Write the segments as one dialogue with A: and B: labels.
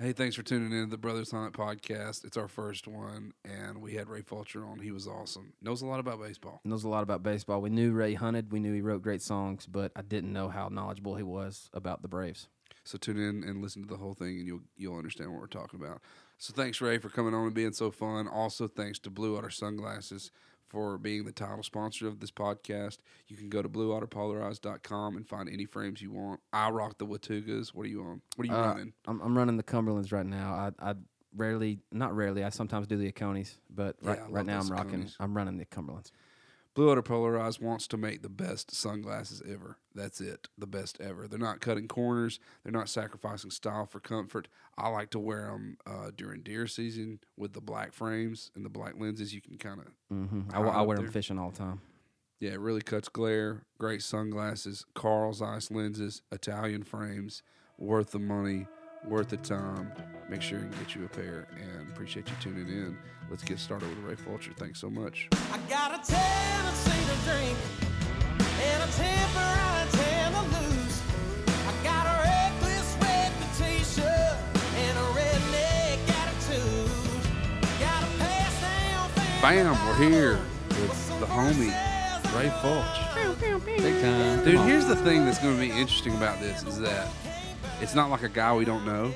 A: Hey, thanks for tuning in to the Brothers Hunt podcast. It's our first one, and we had Ray Fulcher on. He was awesome. Knows a lot about baseball.
B: knows a lot about baseball. We knew Ray hunted. We knew he wrote great songs, but I didn't know how knowledgeable he was about the Braves.
A: So tune in and listen to the whole thing, and you'll you'll understand what we're talking about. So thanks Ray for coming on and being so fun. Also thanks to Blue Otter Sunglasses for being the title sponsor of this podcast. You can go to blueotterpolarized.com and find any frames you want. I rock the Watugas. What are you on? What are you
B: Uh,
A: running?
B: I'm, I'm running the Cumberlands right now. I, I rarely, not rarely, I sometimes do the Aconis, but right,
A: Yeah, I love
B: right now
A: those
B: I'm rocking.
A: Aconis.
B: I'm running the Cumberlands.
A: Blue Otter Polarized wants to make the best sunglasses ever. That's it. The best ever. They're not cutting corners. They're not sacrificing style for comfort. I like to wear them uh, during deer season with the black frames and the black lenses. You can kind of,
B: hmm I,
A: High
B: I
A: up
B: wear
A: there.
B: them fishing all the time.
A: yeah, it really cuts glare. Great sunglasses. Carl's Ice lenses. Italian frames. Worth the money. Worth the time. Make sure and get you a pair. And appreciate you tuning in. Let's get started with Ray Fulcher. Thanks so much.
C: I got a tendency to drink and a temper I tend to lose. I got a reckless reputation and a redneck attitude. Got a pass down thing
A: Bam,
C: that I
A: we're here
C: know.
A: with the homie, Ray Fulch.
B: Big time.
A: Dude, here's the thing that's going to be interesting about this is that it's not like a guy we don't know.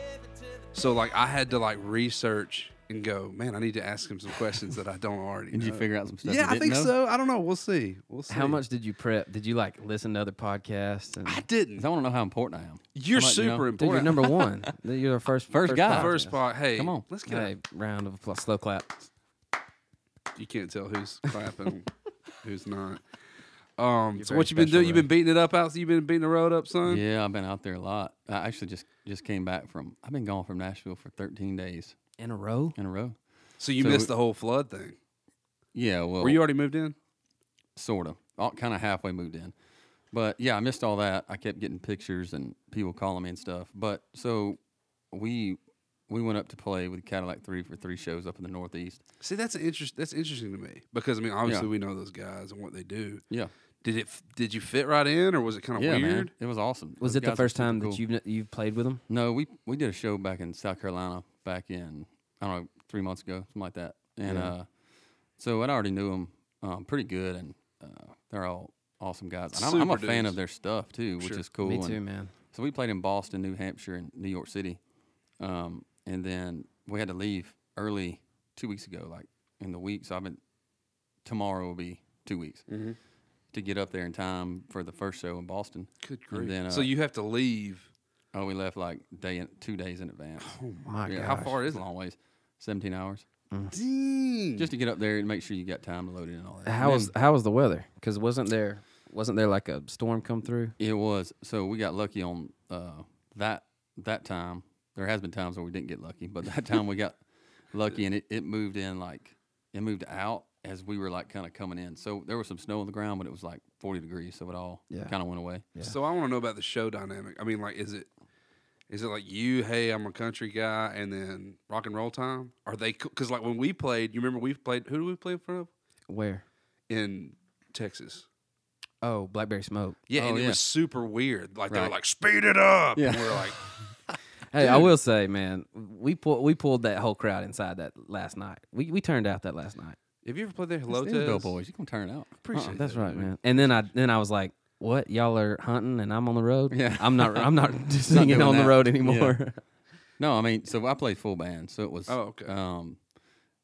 A: So like I had to like research and go, man, I need to ask him some questions that I don't already.
D: Did you
A: know."
D: figure out some stuff?
A: Yeah, I
D: you didn't
A: think
D: know?
A: so. I don't know. We'll see. We'll see.
B: How much did you prep? Did you like listen to other podcasts? And,
A: I
D: 'Cause
A: didn't.
D: I want to know how important I am.
A: You're
D: I'm letting you know.
A: super
B: dude,
A: important.
B: you're number one. You're the first
D: First guy.
B: podcast.
A: First part. Hey,
D: Come on.
A: Let's get.
B: Hey,
A: it.
B: round of applause. Slow clap.
A: You can't tell who's clapping, who's not. Um. so
B: very
A: what you been
B: special,
A: doing? You been beating it up out. You been beating the road up, son.
D: Yeah, I've been out there a lot. I actually just just came back from. I've been gone from Nashville for 13 days
B: In a row?
D: in a row.
A: So you
D: So- Oh.
A: missed the whole flood thing.
D: Yeah, well,
A: Were you already moved in?
D: sort of, kind of halfway moved in, but yeah, I missed all that. I kept getting pictures and people calling me and stuff. But so we we went up to play with Cadillac Three for three shows up in the Northeast.
A: See, that's an interest. That's interesting to me because I mean, obviously,
D: Yeah.
A: we know those guys and what they do.
D: Yeah,
A: Did it? f- Did you fit right in, or was it kind of
D: yeah,
A: weird?
D: man, it was awesome.
B: Was
D: Those
B: it the
D: guys are
B: first
D: super
B: time
D: cool.
B: that you've kn- you've played with them?
D: No, we we did a show back in South Carolina back in I don't know three months ago, something like that. And
B: Yeah.
D: uh, so I already knew them um, pretty good, and uh, they're all awesome guys. And I'm, I'm a
A: Super
D: fan
A: dudes.
D: of their stuff too, which
A: Sure.
D: is cool.
B: Me
D: and
B: too, man.
D: So we played in Boston, New Hampshire, and New York City, um, and then we had to leave early two weeks ago, like in the week. So I've been tomorrow will be two weeks
B: Mm-hmm.
D: to get up there in time for the first show in Boston.
A: Good grief!
D: And then,
A: so
D: uh,
A: you have to leave.
D: Oh, we left like day in, two days in advance.
B: Oh My
D: Yeah,
B: God.
A: How far is
D: It's a
A: it?
D: long ways. 17 hours.
A: Dang.
D: Just to get up there and make sure you got time to load it and all that.
B: How
D: And
B: was
D: then
B: how was the weather? Because wasn't there wasn't there like a storm come through?
D: It was. So we got lucky on uh, that that time. There has been times where we didn't get lucky, but that time we got lucky and it, it moved in like it moved out as we were like kind of coming in. So there was some snow on the ground, but it was like 40 degrees, so it all
B: Yeah.
D: kind of went away.
B: Yeah.
A: so I want to know about the show dynamic. I mean, like, is it is it like you? Hey, I'm a country guy, and then rock and roll time. Are they? Because like when we played, you remember we played. Who do we play in front of?
B: Where?
A: In Texas.
B: Oh, Blackberry Smoke.
A: Yeah,
D: Oh,
A: and it
D: yeah.
A: was super weird. Like they were
D: Right.
A: like, speed it up.
D: Yeah.
A: And we were like,
B: Hey, I will say, man, we pulled we pulled that whole crowd inside that last night. We we turned out that last night.
A: have you ever played there? Hello,
D: Hello, Bill
A: Tez?
D: boys. You can turn it out.
A: Appreciate
B: That's
A: that,
B: right,
A: dude.
B: man. And then I then I was like, what? Y'all are hunting and I'm on the road.
D: Yeah.
B: I'm not. I'm not singing
D: doing
B: on
D: that.
B: the road anymore.
D: No, I mean, so I played full band, so it was.
A: Oh, okay.
D: Um,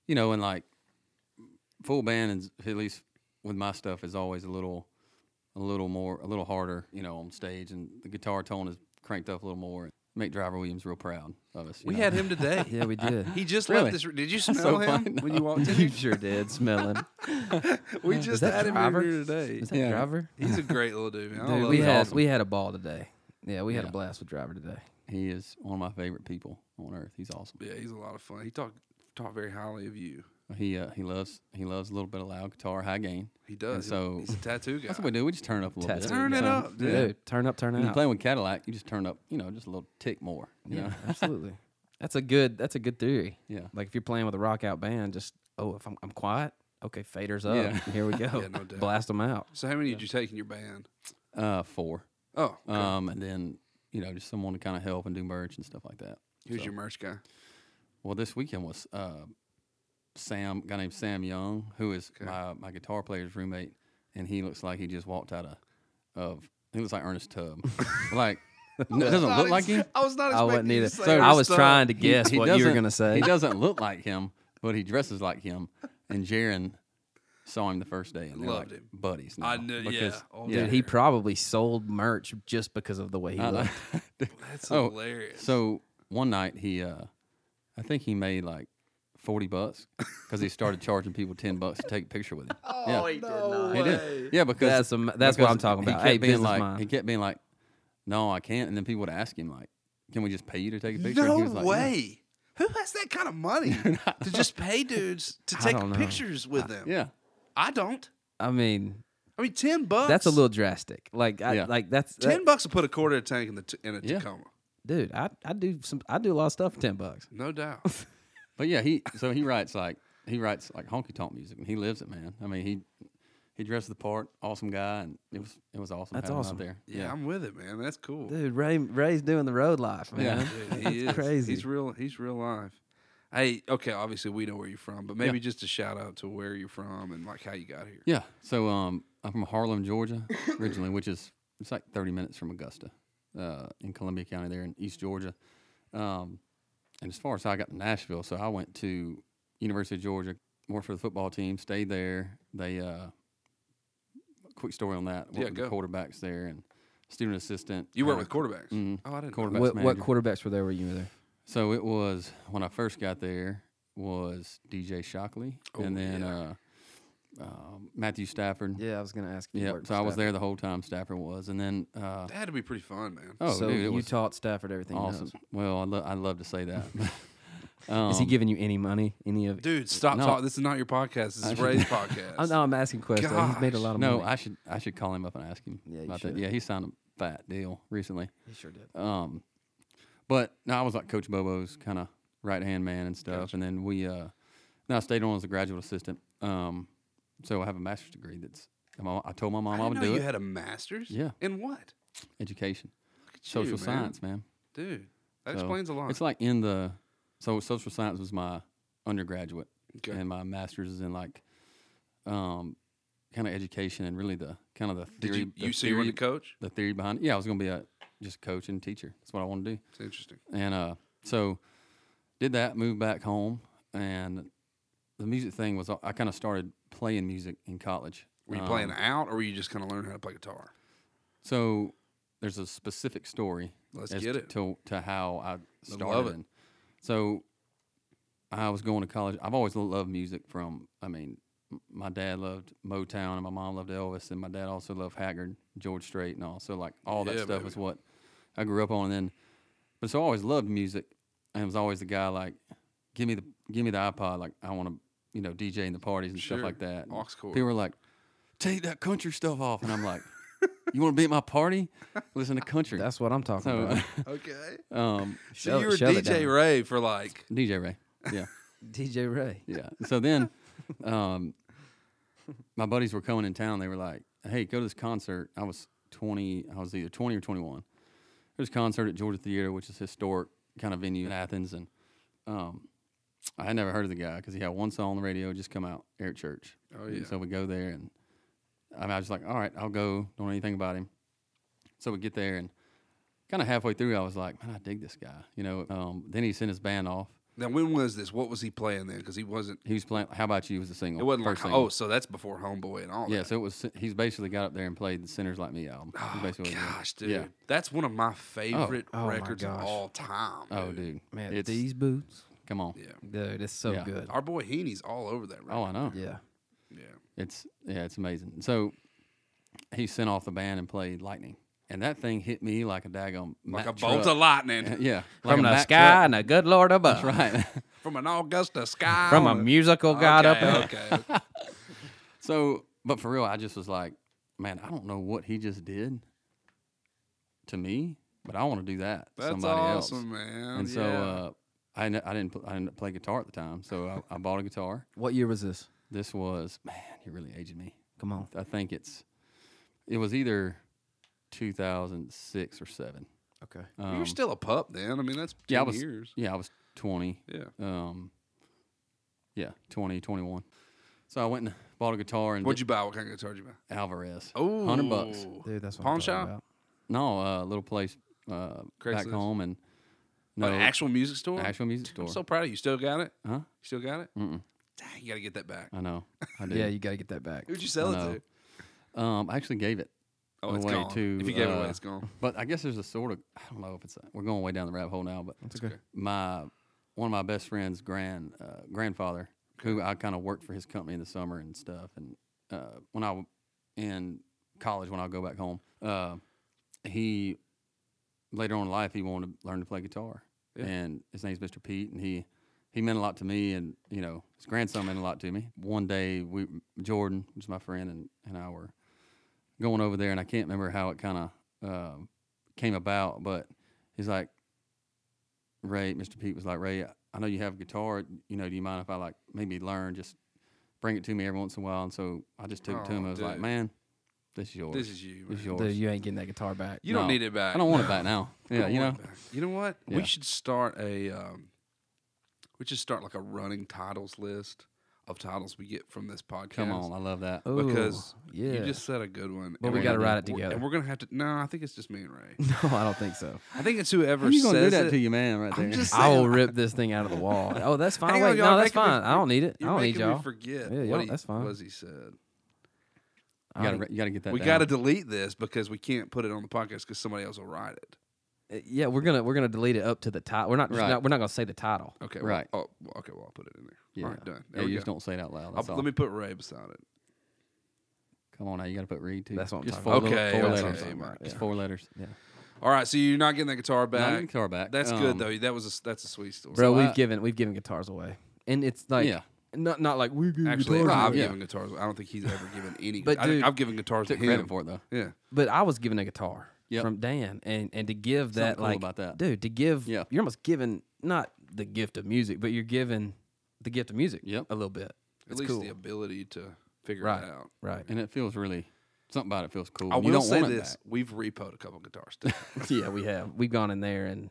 D: you know, and like full band is at least with my stuff is always a little, a little more, a little harder. You know, on stage, and the guitar tone is cranked up a little more. Make Driver Williams real proud of us. you
A: We
D: know?
A: had him today.
B: yeah, we did.
A: He just
D: Really?
A: left this. Did you smell him
D: funny.
A: when you walked in?
B: you sure did. Smelling.
A: We just
B: that
A: had him
B: Driver?
A: here today. Oh,
B: Is that
D: Yeah.
B: driver?
A: He's a great little dude. Man. I
B: Dude,
A: love
B: we
A: that.
B: had we had a ball today. Yeah, we had
D: Yeah.
B: a blast with driver today.
D: He is one of my favorite people on earth. He's awesome.
A: Yeah, he's a lot of fun. He talked talked very highly of you.
D: He uh, he loves he loves a little bit of loud guitar, high gain.
A: He does. He-
D: so-
A: he's a tattoo guy.
D: That's what we do. We just turn it up a little bit.
B: Tattoo
A: Turn it
D: So,
A: up, dude.
B: Dude, turn up, turn
D: When you
B: out.
D: play with Cadillac, you just turn up, you know, just a little tick more. You
B: Yeah,
D: know?
B: absolutely. That's a good. That's a good theory.
D: Yeah.
B: Like if you're playing with a rock out band, just oh, if I'm, I'm quiet, okay, faders up.
D: Yeah.
B: Here we go.
A: Yeah, no doubt.
B: Blast them out.
A: So how many did you take in your band?
D: Uh, four.
A: Oh, okay.
D: Uh, Um, and then you know just someone to kind of help and do merch and stuff like that.
A: Who's your merch guy?
D: Well, this weekend was uh, Sam, guy named Sam Young, who is my, my guitar player's roommate, and he looks like he just walked out of, of he looks like Ernest Tubb. like, no, it doesn't look like him.
A: I was not.
B: I
A: Expecting
B: wasn't
A: you to
B: either.
A: say
D: So-
B: I was
A: Aristotle.
B: trying to guess
D: He- he
B: what you were
D: doesn't-
B: gonna say.
D: He doesn't look like him, but he dresses like him. And Jaron saw him the first day and they're
A: Loved
D: like
A: him.
D: buddies. Now
A: I knew- yeah. Oh,
B: Dude, he probably sold merch just because of the way he
D: I know.
B: looked.
A: That's
D: Oh,
A: hilarious.
D: So one night he, uh, I think he made like forty bucks because he started charging people ten bucks to take a picture with him. yeah, he,
A: no
D: did. Yeah, because
B: That's am- that's what
D: because
B: I'm talking
D: he
B: about.
D: kept
B: Hey,
D: being
B: business
D: like,
B: mind.
D: he kept being like, "No, I can't." And then people would ask him like, "Can we just pay you to take a picture?" and
A: No
D: he was like, "Yeah."
A: way. Who has that kind of money to just pay dudes to
B: I
A: take
B: don't know.
A: pictures with them?
D: Yeah.
A: I don't.
B: I mean,
A: I mean, ten bucks.
B: that's a little drastic. Like, I,
D: Yeah.
B: like that's that-
A: ten bucks to put a quarter of a tank in the t- in a
D: Yeah.
A: Tacoma.
B: dude. I, I do some. I do a lot of stuff for ten bucks.
A: No doubt.
D: But yeah, he so he writes like he writes like honky tonk music and he lives it, man. I mean he he dressed the part, awesome guy, and it was it was awesome.
B: That's
D: having him out
B: awesome.
D: there.
A: yeah, I'm with it, man. That's cool.
B: Dude, Ray Ray's doing the road life, man.
D: Yeah.
A: Dude, he is.
B: crazy.
A: He's real. He's real live. Hey, okay. Obviously, we know where you're from, but maybe just a shout out to where you're from and like how you got here.
D: Yeah. So um, I'm from Harlem, Georgia, originally, which is it's like 30 minutes from Augusta, uh, in Columbia County, there in East Georgia. Um, and as far as how I got to Nashville, so I went to University of Georgia, worked for the football team, stayed there. They uh, quick story on that. Worked
A: Yeah,
D: with the
A: go.
D: quarterbacks there and student assistant.
A: You work with
D: Had a-
A: quarterbacks.
D: Mhm.
A: Oh, I didn't.
D: Quarterback.
A: Quarterback.
B: What, what
D: manager.
B: quarterbacks were there when you were there?
D: So it was when I first got there was DJ Shockley and
A: Oh,
D: then
A: yeah.
D: uh, um Matthew Stafford.
B: Yeah, I was gonna ask.
D: Yeah, so I was there the whole time Stafford was, and then uh,
A: That had to be pretty fun, man.
D: oh,
B: so
D: dude, it
B: you
D: was
B: taught Stafford everything. He
D: awesome.
B: knows.
D: Well, I lo- I love to say that.
B: Is he
D: Um,
B: giving you any money? Any of it?
A: Dude, stop
D: No.
A: talking. This is not your podcast. This is Ray's podcast.
B: I'm, no, I'm asking questions. He's made a
A: Gosh.
B: lot of
D: No,
B: money.
D: I should I should call him up and ask him
B: Yeah, you
D: about that.
B: should.
D: Yeah, he signed a fat deal recently.
B: he sure did.
D: Um, but no, I was like Coach Bobo's kind of right hand man and stuff. And then we, uh, no, I stayed on as a graduate assistant. Um, so I have a master's degree. That's and my- I told my
A: I
D: mom I,
A: didn't
D: would
A: know
D: do
A: you
D: it.
A: had a master's.
D: Yeah.
A: In what?
D: Education,
A: Look at
D: social
A: you, man.
D: science, man.
A: dude. That
D: So,
A: explains a lot.
D: It's like in the so social science was my undergraduate,
A: Okay.
D: and my master's is in like, um, kind of education and really the kind of the
A: Did
D: theory.
A: you
D: the
A: you see you were
D: theory-
A: the coach?
D: the theory behind. Yeah, I was gonna be a just coach and teacher. That's what I want to do.
A: It's interesting.
D: And uh, so did that, moved back home, and the music thing was I kind of started playing music in college.
A: Were you
D: Um,
A: playing out, or were you just kind of learning how to play guitar?
D: So there's a specific story.
A: Let's
D: as
A: get
D: t-
A: it.
D: to to how I started.
A: it.
D: in. So I was going to college. I've always lo- loved music. From I mean, m- my dad loved Motown, and my mom loved Elvis, and my dad also loved Haggard, George Strait, and all. So like all that
A: Yeah,
D: stuff
A: baby.
D: was what I grew up on. And then, but so I always loved music, and was always the guy like, give me the give me the iPod. Like I want to you know DJ in the parties and
A: Sure.
D: stuff like that. And
A: Aux cord.
D: People were like, take that country stuff off, and I'm like. You want to be at my party? Listen to country.
B: That's what I'm talking
D: So,
B: about.
A: Okay.
D: um,
A: So
B: Shove-
A: you were
B: shove it
A: DJ
B: down.
A: Ray for like.
D: DJ Ray. Yeah,
B: DJ Ray.
D: yeah. So then, um, my buddies were coming in town. They were like, "Hey, go to this concert." I was twenty. I was either twenty or twenty-one. There's a concert at Georgia Theater, which is a historic kind of venue in Athens, and um, I had never heard of the guy because he had one song on the radio just come out, Eric Church.
A: Oh,
D: And
A: yeah.
D: so we go there, and I, mean, I was just like, "All right, I'll go." Don't know anything about him. So we get there, and kind of halfway through, I was like, "Man, I dig this guy." You know. Um, then he sent his band off.
A: Now, when was this? What was he playing then? Because he wasn't.
D: He was playing. How about you? Was a single.
A: It wasn't like.
D: first single.
A: Oh, so that's before Homeboy and all
D: yeah.
A: that.
D: So it was. He's basically got up there and played the "Sinners Like Me" album. That's
A: Oh,
D: basically what he did.
A: Gosh, dude,
D: Yeah.
A: that's one of my favorite
B: Oh my
A: records of
B: gosh.
A: all time.
D: Oh, dude.
B: Man,
D: it's,
B: these boots.
D: Come on.
A: Yeah.
B: Dude, it's so
D: Yeah.
B: good.
A: Our boy Heaney's all over that record.
D: Oh, I know.
B: Yeah.
A: yeah.
D: It's yeah. It's amazing. So he sent off the band and played "Lightning," and that thing hit me like a daggone
A: Like
D: Mack
A: a bolt
D: truck.
A: of lightning
D: Yeah. like
B: From
D: a
B: the
D: Mack
B: sky
D: truck.
B: and the good Lord above.
D: Right.
A: from an Augusta sky.
B: From a
A: on
B: musical god up
A: okay,
B: there.
A: Okay, okay.
D: So, but for real, I just was like, man, I don't know what he just did to me, but I want to do that. to
A: That's
D: somebody
A: awesome,
D: else.
A: man.
D: and so
A: yeah.
D: uh, I, n- I didn't pl- I didn't play guitar at the time, so I, I bought a guitar.
B: What year was this?
D: This was man, you really aged me.
B: Come on.
D: I think it's it was either 2006 or seven.
E: Okay.
A: You're
D: Um,
A: still a pup then. I mean, that's 10
D: yeah, I was,
A: years.
D: Yeah, I was 20.
A: Yeah.
D: Um, yeah, 20, 21. So I went and bought a guitar and
A: What'd you buy? What kind of guitar did you buy?
D: did Alvarez.
A: Oh,
D: hundred bucks.
E: Dude, that's what
A: Pawn
E: I'm talking
A: shop?
E: about.
D: No, a little place uh, back
A: Craigslist.
D: home and no
A: An actual music store?
D: actual music store.
A: I'm so proud of you. Still got it?
D: huh?
A: You still got it?
D: Mm-mm.
A: Dang, you got to get that back.
D: I know. I do.
B: Yeah, you got to get that back.
A: Who'd you sell it
D: know.
A: to?
D: Um, I actually gave it
A: Oh, it's
D: away
A: gone.
D: to,
A: if you gave it away,
D: uh,
A: it's gone.
D: But I guess there's a sort of I don't know if it's a, we're going way down the rabbit hole now, but
E: It's okay.
D: my one of my best friends' grand uh, grandfather, who I kind of worked for his company in the summer and stuff, and uh, when I w- in college when I would go back home, uh, he later on in life he wanted to learn to play guitar,
A: Yeah.
D: and his name's Mr. Pete, and he he meant a lot to me, and you know his grandson meant a lot to me. One day we Jordan, which is my friend, and and I were going over there, and I can't remember how it kind of um came about, but he's like, Ray, Mr. Pete was like, Ray, I know you have a guitar. You know, do you mind if I like maybe learn? Just bring it to me every once in a while. And so I just took it to him.
A: Aw,
D: I was like,
A: Oh, dude.
D: man, this is yours.
A: This is you.
D: This
A: Man.
D: is yours.
B: Dude, you ain't getting that guitar back.
A: You don't
D: No,
A: need it back.
D: I don't want it back now.
A: I
D: yeah,
A: don't
D: you know.
A: want it back. You know what?
D: Yeah.
A: We should start a. Um, we should start like a running titles list of titles we get from this podcast.
D: Come on, I love that.
B: Ooh,
A: because
B: yeah.
A: you just said a good one.
B: But
A: and
B: we
A: we're
B: gotta
A: gonna-
B: write it
A: we're- And
B: together.
A: we're gonna have to. No, I think it's just me and Ray.
B: no, I don't think so.
A: I think it's whoever
D: How you gonna do
A: says
D: that
A: it.
D: to your man right there?
A: I'm just
B: I
A: saying.
B: will rip this thing out of the wall. Oh, that's fine.
A: Hang
B: Wait,
A: on, y'all
B: no, that's
A: making me-
B: fine. I don't need it. I
A: You're
B: don't need
A: making me
B: y'all.
A: forget
B: Yeah,
A: what
B: y'all,
A: he,
B: that's fine.
A: was he said.
B: I
D: you gotta,
B: don't-
D: re- you gotta get that.
A: we
D: down.
A: got to delete this because we can't put it on the podcast because somebody else will write it.
B: Uh, Yeah, we're gonna we're gonna delete it up to the title. We're not, just
D: Right.
B: not- we're not gonna say the title.
A: Okay,
D: Right.
A: Well, oh, well, okay. Well, I'll put it in there.
D: Yeah,
A: All right, done.
D: Yeah,
A: There we go.
D: you just don't say it out loud.
A: I'll-
D: That's all.
A: let me put Ray beside it.
D: Come on now, you gotta put read too.
B: That's what I'm
D: just
B: talking
D: four
B: about.
D: little-
A: Okay,
D: four
A: that's what I'm
D: letters.
A: talking about,
D: Just
B: yeah.
D: four letters.
A: All right, so you're not getting that guitar
D: Not
A: back.
D: even guitar back.
A: That's
D: Um,
A: good though. That was a, s- that's a sweet story.
B: Bro,
D: So
B: we've
D: I-
B: given we've given guitars away, and it's like
D: Yeah.
B: not not like we give
A: Actually,
B: guitars
A: I've
B: away.
A: given guitars. I don't think he's ever given any.
B: But
A: I think
B: dude-
A: I've given guitars to
D: Took
A: him.
D: credit for it though.
A: Yeah,
B: But I was given a guitar
D: Yep.
B: from Dan, and and to give that
D: cool
B: like
D: about that.
B: dude to give
D: Yeah.
B: you're almost given not the gift of music, but you're given the gift of music
D: Yep.
B: a little bit.
A: at
B: It's
A: least
B: cool,
A: the ability to figure
B: Right.
A: it out.
B: right?
D: And it feels really something about it feels cool.
A: I
D: you
A: will
D: don't
A: say
D: want
A: this: we've repoed a couple guitars. Too.
B: yeah, we have we've gone in there and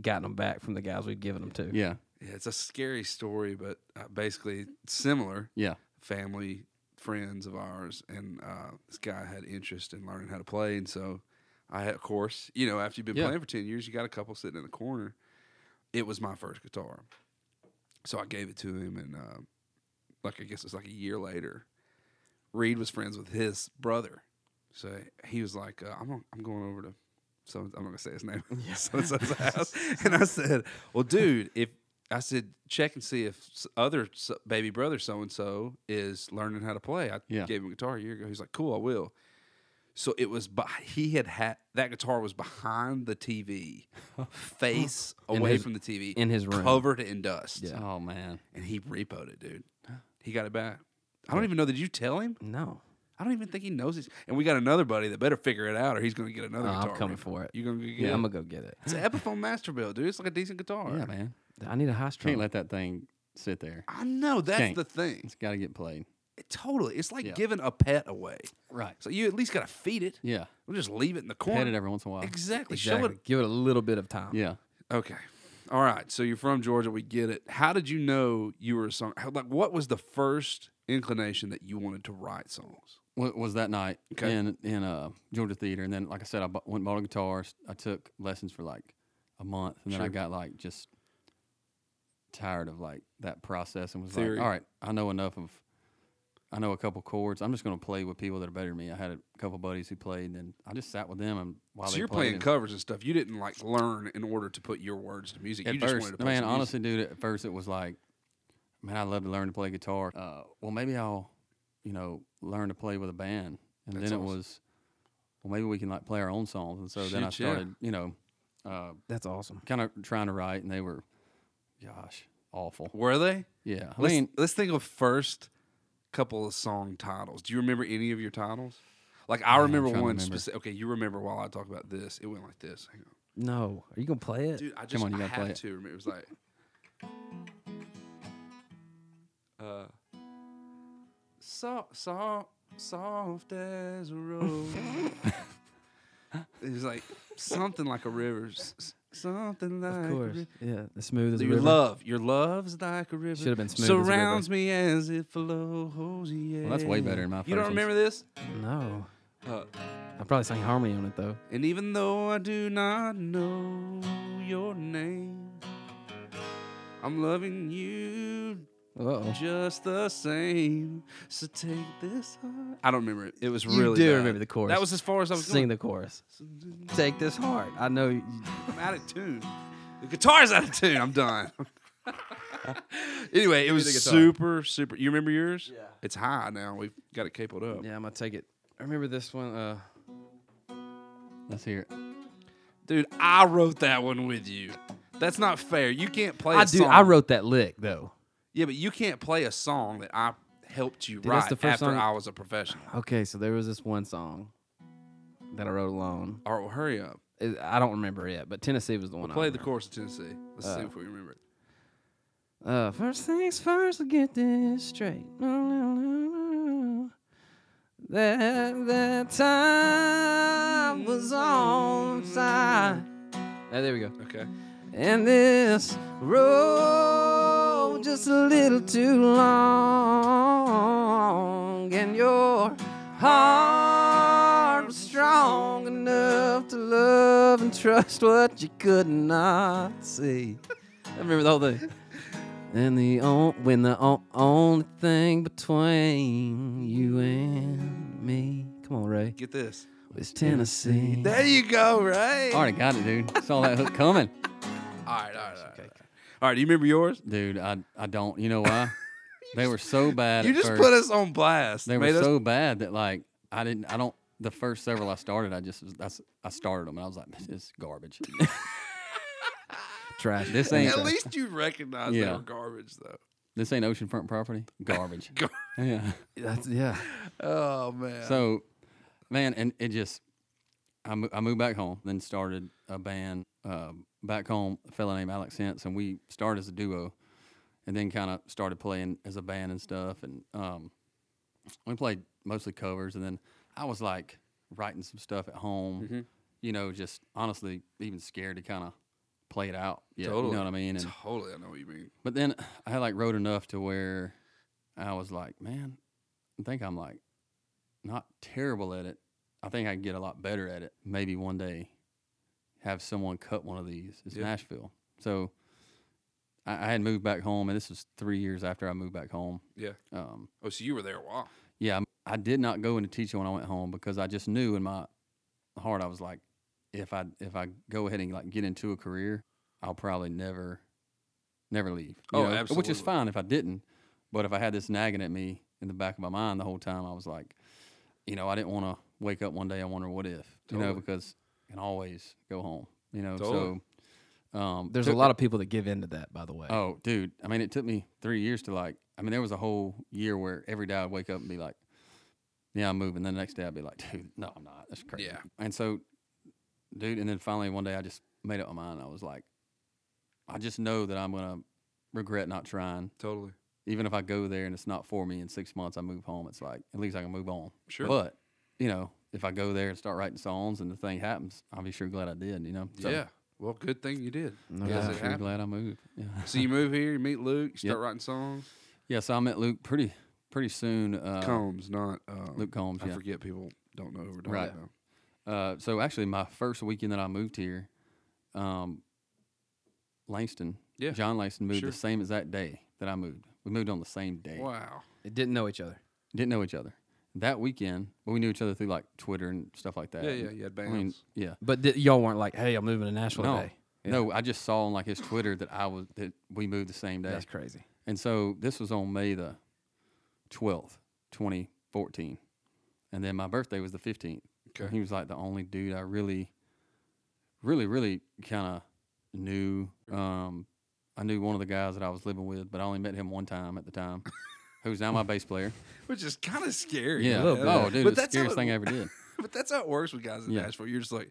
B: gotten them back from the guys we've given them
D: it
B: to.
D: back. Yeah.
A: yeah, it's a scary story, but uh, basically similar.
D: Yeah.
A: family friends of ours, and uh, this guy had interest in learning how to play, and so I, had- of course, you know, after you've been
D: Yeah.
A: playing for ten years, you got a couple sitting in the corner. It was my first guitar, so I gave it to him, and uh, like I guess it's like a year later, Reed was friends with his brother, so he was like, uh, "I'm gon- I'm going over to." So I'm not gonna say his name. so and so's house, and I said, "Well, dude, if I said, check and see if s- other s- baby brother so and so is learning how to play. I
D: Yeah.
A: gave him a guitar a year ago. He's like, cool, I will. So it was, but he had had that guitar was behind the TV, face away
B: his-
A: from the TV,
B: in his room.
A: covered in dust.
B: Yeah.
D: Oh man.
A: and he repoed it, dude. He got it back. I don't even know. Did you tell him?
B: No,
A: I don't even think he knows. He's, and we got another buddy that better figure it out, or he's going to get another.
B: Uh, I'm
A: guitar
B: coming
A: repo.
B: for it.
A: You going to get?
B: yeah,
A: it?
B: I'm gonna go get it.
A: it's an Epiphone Master Build, dude. It's like a decent guitar.
D: Yeah, man.
B: I need a high string.
D: Can't let that thing sit there.
A: I know that's
D: Can't.
A: the thing.
D: It's got to get played.
A: It totally. It's like
D: Yeah.
A: giving a pet away.
D: Right.
A: So you at least got to feed it.
D: Yeah.
A: We'll just leave it in the corner.
D: Pet it every once in a while.
A: Exactly.
B: exactly.
A: Show it.
B: Give it a little bit of time.
D: Yeah.
A: Okay. All right. So you're from Georgia. We get it. How did you know you were a song? How, like, what was the first inclination that you wanted to write songs?
D: Wa- was that night
A: Okay.
D: in in uh, Georgia theater, and then like I said, I bu- went and bought a guitar. s- I took lessons for like a month, and then I
A: Sure.
D: got like just tired of like that process, and was
A: Theory.
D: like, all right, I know enough of, I know a couple chords. I'm just gonna play with people that are better than me. I had a couple buddies who played, and then I just sat with them, and while
A: so
D: they
A: you're
D: played
A: playing
D: and-
A: covers and stuff. You didn't like learn in order to put your words to music.
D: at
A: you
D: first,
A: just wanted to play
D: man,
A: some music.
D: honestly, dude, at first it was like, man, I'd love to learn to play guitar. Uh, well, maybe I'll, you know, learn to play with a band. And
A: That's
D: then
A: awesome.
D: it was, well, maybe we can like play our own songs. And so then I
A: Shit, yeah.
D: started, you know, uh,
B: That's awesome.
D: kind of trying to write, and they were, gosh, awful.
A: Were they?
D: Yeah, I
A: Let's,
D: mean,
A: let's think of first couple of song titles. Do you remember any of your titles? Like I remember
D: trying to
A: one
D: remember.
A: specific. Okay, you remember while I talk about this, it went like this. Hang on.
B: No, are you gonna play it?
A: Dude, I just
D: on, you
A: I
D: gotta play
A: have
D: it.
A: to remember. It was like, uh, so, so, soft as a rose. it was like something like a river, s- s- something like. a
B: Of course.
A: river.
B: Yeah. As smooth as a
A: Your
B: river.
A: love, your love's like a river.
B: Should've been smooth as a river.
A: Surrounds me as it flows. Yeah.
D: Well, that's way better than my
A: You don't
D: first one's-
A: remember this?
B: No.
A: Uh,
B: I probably sang harmony on it though.
A: And even though I do not know your name, I'm loving you
B: Uh-oh.
A: just the same. So take this heart. I don't remember it. It was really.
B: you do
A: bad.
B: remember the chorus.
A: That was as far as I was
B: Sing
A: going.
B: the chorus. Take this heart. I know. You,
A: I'm out of tune. The guitar's out of tune. I'm done. anyway, it was
B: guitar.
A: super, super. You remember yours? Yeah. It's high now. We've got it capoed up.
B: yeah, I'm gonna take it. I remember this one. Uh,
D: Let's hear it.
A: Dude, I wrote that one with you. That's not fair. You can't play.
B: I
A: a
B: do.
A: Song.
B: I wrote that lick though.
A: Yeah, but you can't play a song that I helped you
B: Dude,
A: write
B: that's the first
A: after
B: song-
A: I was a professional.
B: Okay, so there was this one song that I wrote alone.
A: All right, well, hurry up.
B: It- I don't remember it, but Tennessee was the one.
A: Play
B: I
A: the
B: remember.
A: chorus of Tennessee. Let's see if we remember it.
B: Uh, first things first, let's get this straight. That that time was on side. Ah, there we go.
A: Okay.
B: And this road just a little too long. And your heart was strong enough to love and trust what you could not see. I remember the whole thing. And the on, when the on, only thing between you and me, come on, Ray,
A: Get this.
B: was Tennessee.
A: There you go, right?
D: Already got it, dude. Saw that hook coming,
A: All right, all right, all right. all right. All right, do you remember yours?
D: dude. I I don't. You know why? they were so bad.
A: You
D: at
A: just
D: first.
A: put us on blast.
D: They were
A: Made us-
D: so bad that like I didn't. I don't. The first several I started, I just was- that's I started them and I was like, this is garbage.
B: Trash.
D: This ain't
A: At least you recognize they
D: Yeah.
A: were garbage, though.
D: this ain't oceanfront property. Garbage.
A: Gar-
D: yeah.
B: That's, yeah.
A: Oh, man.
D: So, man, and it just, I, mo- I moved back home, then started a band uh, back home, a fella named Alex Sense, and we started as a duo, and then kind of started playing as a band and stuff, and um, we played mostly covers, and then I was like writing some stuff at home, you know, just honestly even scared to kind of play it out. Yeah, you
A: Totally.
D: know what I mean. And
A: totally, I know what you mean.
D: but then I like wrote enough to where I was like, man, I think I'm like not terrible at it. I think I can get a lot better at it. Maybe one day have someone cut one of these. It's
A: Yeah.
D: Nashville. So I, I had moved back home, and this was three years after I moved back home.
A: Yeah.
D: Um,
A: Oh, so you were there a while.
D: yeah, I'm- I did not go into teaching when I went home because I just knew in my heart I was like, if I if I go ahead and like get into a career, I'll probably never, never leave. you
A: Oh,
D: Which is
A: absolutely.
D: fine if I didn't, but if I had this nagging at me in the back of my mind the whole time, I was like, you know, I didn't want to wake up one day and wonder what if, you know,
A: Totally.
D: because I can always go home, you know.
A: Totally.
D: So um,
B: There's a lot of people that give in to that, by the way.
D: Oh, dude. I mean, it took me three years to like. I mean, there was a whole year where every day I'd wake up and be like, "Yeah, I'm moving." Then the next day I'd be like, "Dude, no, I'm not. That's crazy."
A: Yeah.
D: And so, dude, and then finally one day I just made up my mind. I was like, I just know that I'm gonna regret not trying.
A: Totally.
D: Even if I go there and it's not for me in six months, I move home. It's like at least I can move on.
A: Sure.
D: But you know, if I go there and start writing songs and the thing happens, I'll be sure glad I did. You know. So,
A: yeah. Well, good thing you did.
B: No
A: Because
B: doubt.
D: I'm
A: it
D: sure
A: happened.
D: glad I moved. Yeah.
A: So you move here, you meet Luke, you
D: Yep.
A: start writing songs.
D: Yeah, so I met Luke pretty pretty soon. Uh,
A: Combs, not um,
D: Luke Combs.
A: I
D: yeah.
A: forget people don't know who we're talking
D: Right.
A: about.
D: Uh, so actually, my first weekend that I moved here, um, Langston,
A: Yeah,
D: John Langston moved
A: sure.
D: the same exact day that I moved. We moved on the same day.
A: Wow.
B: They didn't know each other.
D: Didn't know each other that weekend, but we knew each other through like Twitter and stuff like that.
A: Yeah, yeah, you had
D: I mean,
A: bands.
D: yeah.
B: But di- y'all weren't like, hey, I'm moving to Nashville
D: No,
B: today. Yeah.
D: no, I just saw on like his Twitter that I was that we moved the same day.
B: That's crazy.
D: And so this was on May the 12th, 2014. And then my birthday was the 15th.
A: Okay.
D: He was like the only dude I really, really, really kind of knew. Um, I knew one of the guys that I was living with, but I only met him one time at the time, who's now my bass player.
A: Which is kind of scary.
D: Yeah.
A: man.
D: Oh, dude,
A: But
D: the
A: that's how
D: scariest
A: it-
D: thing I ever did.
A: But that's how it works with guys in
D: Yeah.
A: Nashville. You're just like,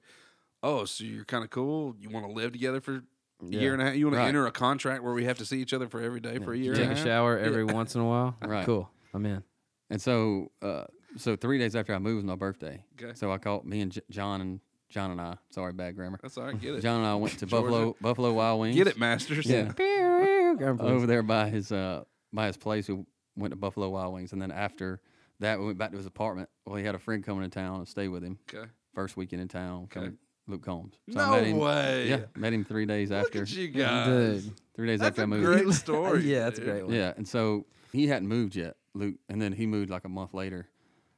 A: oh, so you're kind of cool. You want to live together for a
B: Yeah.
A: year and a half. You want
D: Right.
A: to enter a contract where we have to see each other for every day for a year.
B: Take
A: and
B: a
A: half?
B: shower every once in a while.
D: Right.
B: Cool. I'm in.
D: And so, uh, so three days after I moved was my birthday.
A: Okay.
D: So I called me and J- John and John and I. Sorry, bad grammar.
A: That's all right. Get it.
D: John and I went to
A: Georgia.
D: Buffalo Buffalo Wild Wings.
A: Get it, Masters.
D: Yeah.
B: Over
D: over there by his uh by his place. We went to Buffalo Wild Wings, and then after that, we went back to his apartment. Well, he had a friend coming to town and stay with him
A: Okay.
D: first weekend in town.
A: Okay.
D: coming- Luke Combs. I
A: No
D: met him,
A: way.
D: Yeah, met him three days
A: Look
D: after.
A: at you
B: there.
A: guys.
B: Dude.
D: Three days
A: That's
D: after
A: a
D: I moved.
A: great story.
B: yeah, that's a
A: dude.
B: great one.
D: Yeah, and so he hadn't moved yet, Luke, and then he moved like a month later.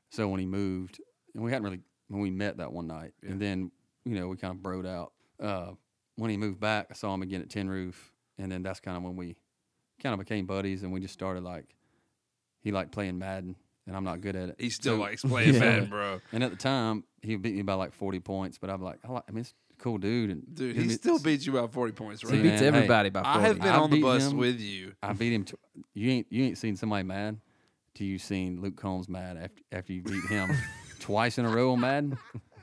D: So when he moved, and we hadn't really when we met that one night,
A: Yeah.
D: and then you know we kind of broed out. Uh, when he moved back, I saw him again at Tin Roof, and then that's kind of when we kind of became buddies, and we just started like he liked playing Madden, and I'm not good at it.
A: He still
D: So-
A: likes playing
D: Yeah.
A: Madden, bro.
D: and at the time he beat me by like 40 points, but I'm like, I, like, I mean, it's a cool dude, and
A: Dude,
D: I
A: he
D: mean,
A: still beats you by 40 points,
B: He
A: right?
D: See,
B: beats
D: man, hey,
B: everybody by 40.
A: I have been
D: I
A: on the
D: beat
A: bus
D: him.
A: with you.
D: I beat him. T- you ain't you ain't seen somebody mad. till you seen Luke Combs mad after after you beat him twice in a row on Madden?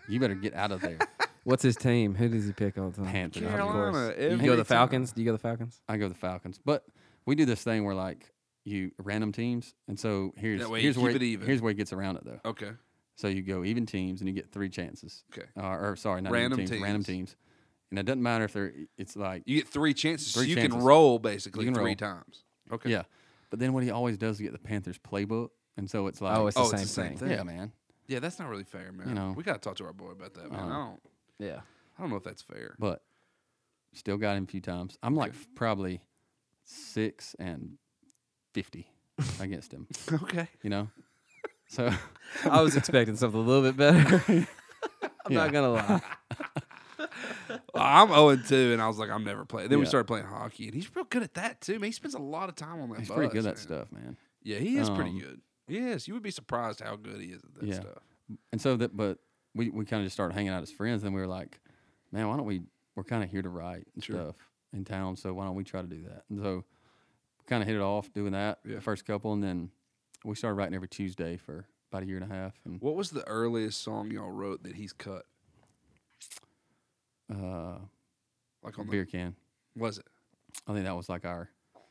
D: You better get out of there,
B: What's his team? Who does he pick all the time?
D: Panthers.
B: Of course.
A: Carolina,
B: You
A: every
B: go the
A: time.
B: Falcons? Do you go the Falcons?
D: I go the Falcons, but we do this thing where like you random teams, and so here's
A: That way you
D: here's where
A: keep it even.
D: here's where he gets around it though.
A: Okay.
D: So you go even teams, and you get three chances.
A: Okay.
D: Uh, or sorry, not
A: Random
D: even teams, random
A: teams.
D: teams, and it doesn't matter if they're. It's like
A: You get three chances. so
D: Three
A: you can
D: chances.
A: roll basically
D: You can
A: three
D: roll.
A: times. Okay.
D: yeah, but then what he always does is get the Panthers playbook, and so it's like
B: Oh, it's the
A: Oh,
B: same
A: it's the same
B: thing.
A: thing.
D: yeah, man.
A: Yeah, that's not really fair, man.
D: You know. Um,
A: we gotta talk to our boy about that, man. I don't,
B: Yeah.
A: I don't know if that's fair.
D: but still got him a few times. I'm like f- probably six and fifty against him.
A: okay,
D: You know, so
B: I was expecting something a little bit better. I'm
D: Yeah.
B: not going to lie.
A: I'm zero and two, and I was like, I'm never playing. Then we
D: Yeah.
A: started playing hockey, and he's real good at that too. Man, he spends a lot of time on that.
D: he's pretty
A: bus,
D: good at
A: man.
D: that stuff, man.
A: Yeah, he is pretty
D: Um,
A: good. Yes, you would be surprised how good he is at that
D: Yeah.
A: stuff.
D: And so that, but we we kind of just started hanging out as friends. And we were like, man, why don't we? We're kind of here to write and
A: Sure.
D: stuff in town, so why don't we try to do that? And so kind of hit it off doing that
A: Yeah.
D: the first couple, and then we started writing every Tuesday for about a year and a half. And
A: What was the earliest song y'all wrote that he's cut?
D: uh,
A: Like on the
D: beer can,
A: was it?
D: I think that was like our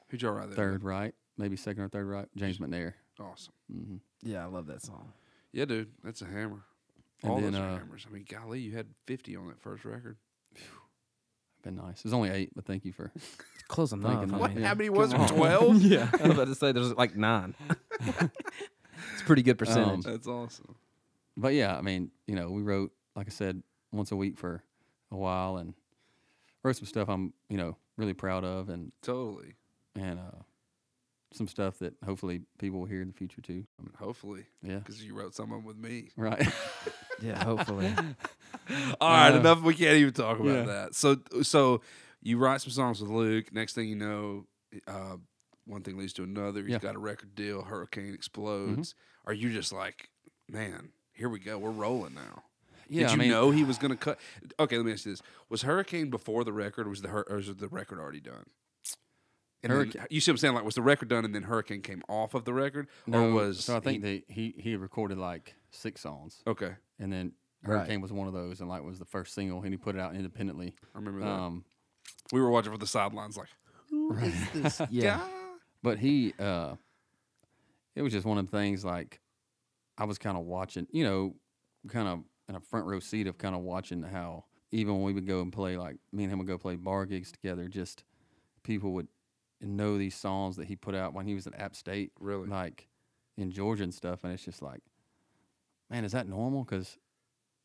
A: Who'd y'all write that?
D: third right, maybe second or third right. James McNair.
A: with? Awesome.
D: hmm
B: Yeah, I love that song.
A: Yeah, dude, that's a hammer.
D: And
A: All
D: then,
A: those are
D: uh,
A: hammers. I mean, golly, you had 50 on that first record.
D: Been nice. It was only eight, but thank you for.
B: It's close enough.
D: Thinking
B: I
D: about
A: What?
B: mean.
A: How many was it?
D: on.
A: 12?
B: yeah, I was about to say there's like nine. it's a pretty good percentage.
D: Um,
A: That's awesome.
D: But yeah, I mean, you know, we wrote like I said once a week for a while, and wrote some stuff I'm you know really proud of, and
A: Totally.
D: and uh, some stuff that hopefully people will hear in the future too. Um,
A: Hopefully,
D: Yeah,
A: because you wrote someone with me.
D: right.
B: yeah, hopefully.
A: All right,
D: Uh,
A: enough. We can't even talk about
D: yeah.
A: that. So, so you write some songs with Luke. Next thing you know, uh, one thing leads to another. He's
D: Yeah.
A: got a record deal. Hurricane explodes. Are you just like, man? Here we go. We're rolling now.
D: yeah,
A: Did
D: I
A: you
D: mean,
A: know he was going to cut? Okay, let me ask you this: Was Hurricane before the record, or was the hur- or was the record already done? And then-
D: Hurricane-
A: you see what I'm saying? Like, was the record done, and then Hurricane came off of the record,
D: no,
A: or was
D: so I
A: he-
D: think that he he recorded like six songs,
A: okay,
D: and then
B: Right.
D: Hurricane was one of those, and like was the first single, and he put it out independently.
A: I remember that.
D: Um,
A: we were watching from the sidelines, like,
B: yeah.
A: "Ah."
D: But he, uh, it was just one of the things like I was kind of watching, you know, kind of in a front row seat of kind of watching how even when we would go and play, like me and him would go play bar gigs together, just people would know these songs that he put out when he was at App State,
A: Really?
D: like in Georgia and stuff. And it's just like, man, is that normal? Because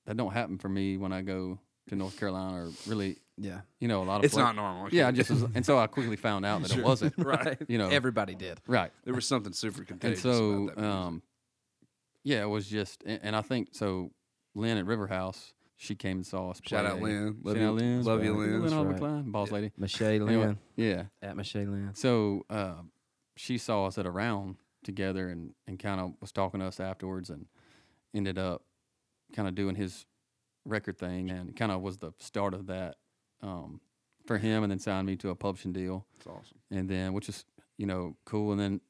D: that don't happen for me when I go to North Carolina or really,
B: Yeah.
D: you know, a lot of
A: It's
D: pla-
A: not normal.
D: Yeah, I just was, and so I quickly found out that
A: Sure.
D: it wasn't.
A: right.
D: You know,
B: Everybody did.
D: right
A: There was something super
D: and
A: contagious.
D: so
A: about that music.
D: um yeah it was just and, and i think so lynn at river house she came and saw us
A: Shout out
D: play.
A: Lynn. Love
D: Shout
A: you-
D: out Lynn's
A: love
D: right.
A: you, Lynn.
B: That's
D: Oliver
B: right.
D: Klein, boss lady
B: Michelle Lynn.
D: Anyway, yeah
B: At Michelle Lynn.
D: so uh, she saw us at a round together and, and kind of was talking to us afterwards and ended up kind of doing his record thing and kind of was the start of that um, for him and then signed me to a publishing deal
A: it's awesome.
D: and then which is you know cool and then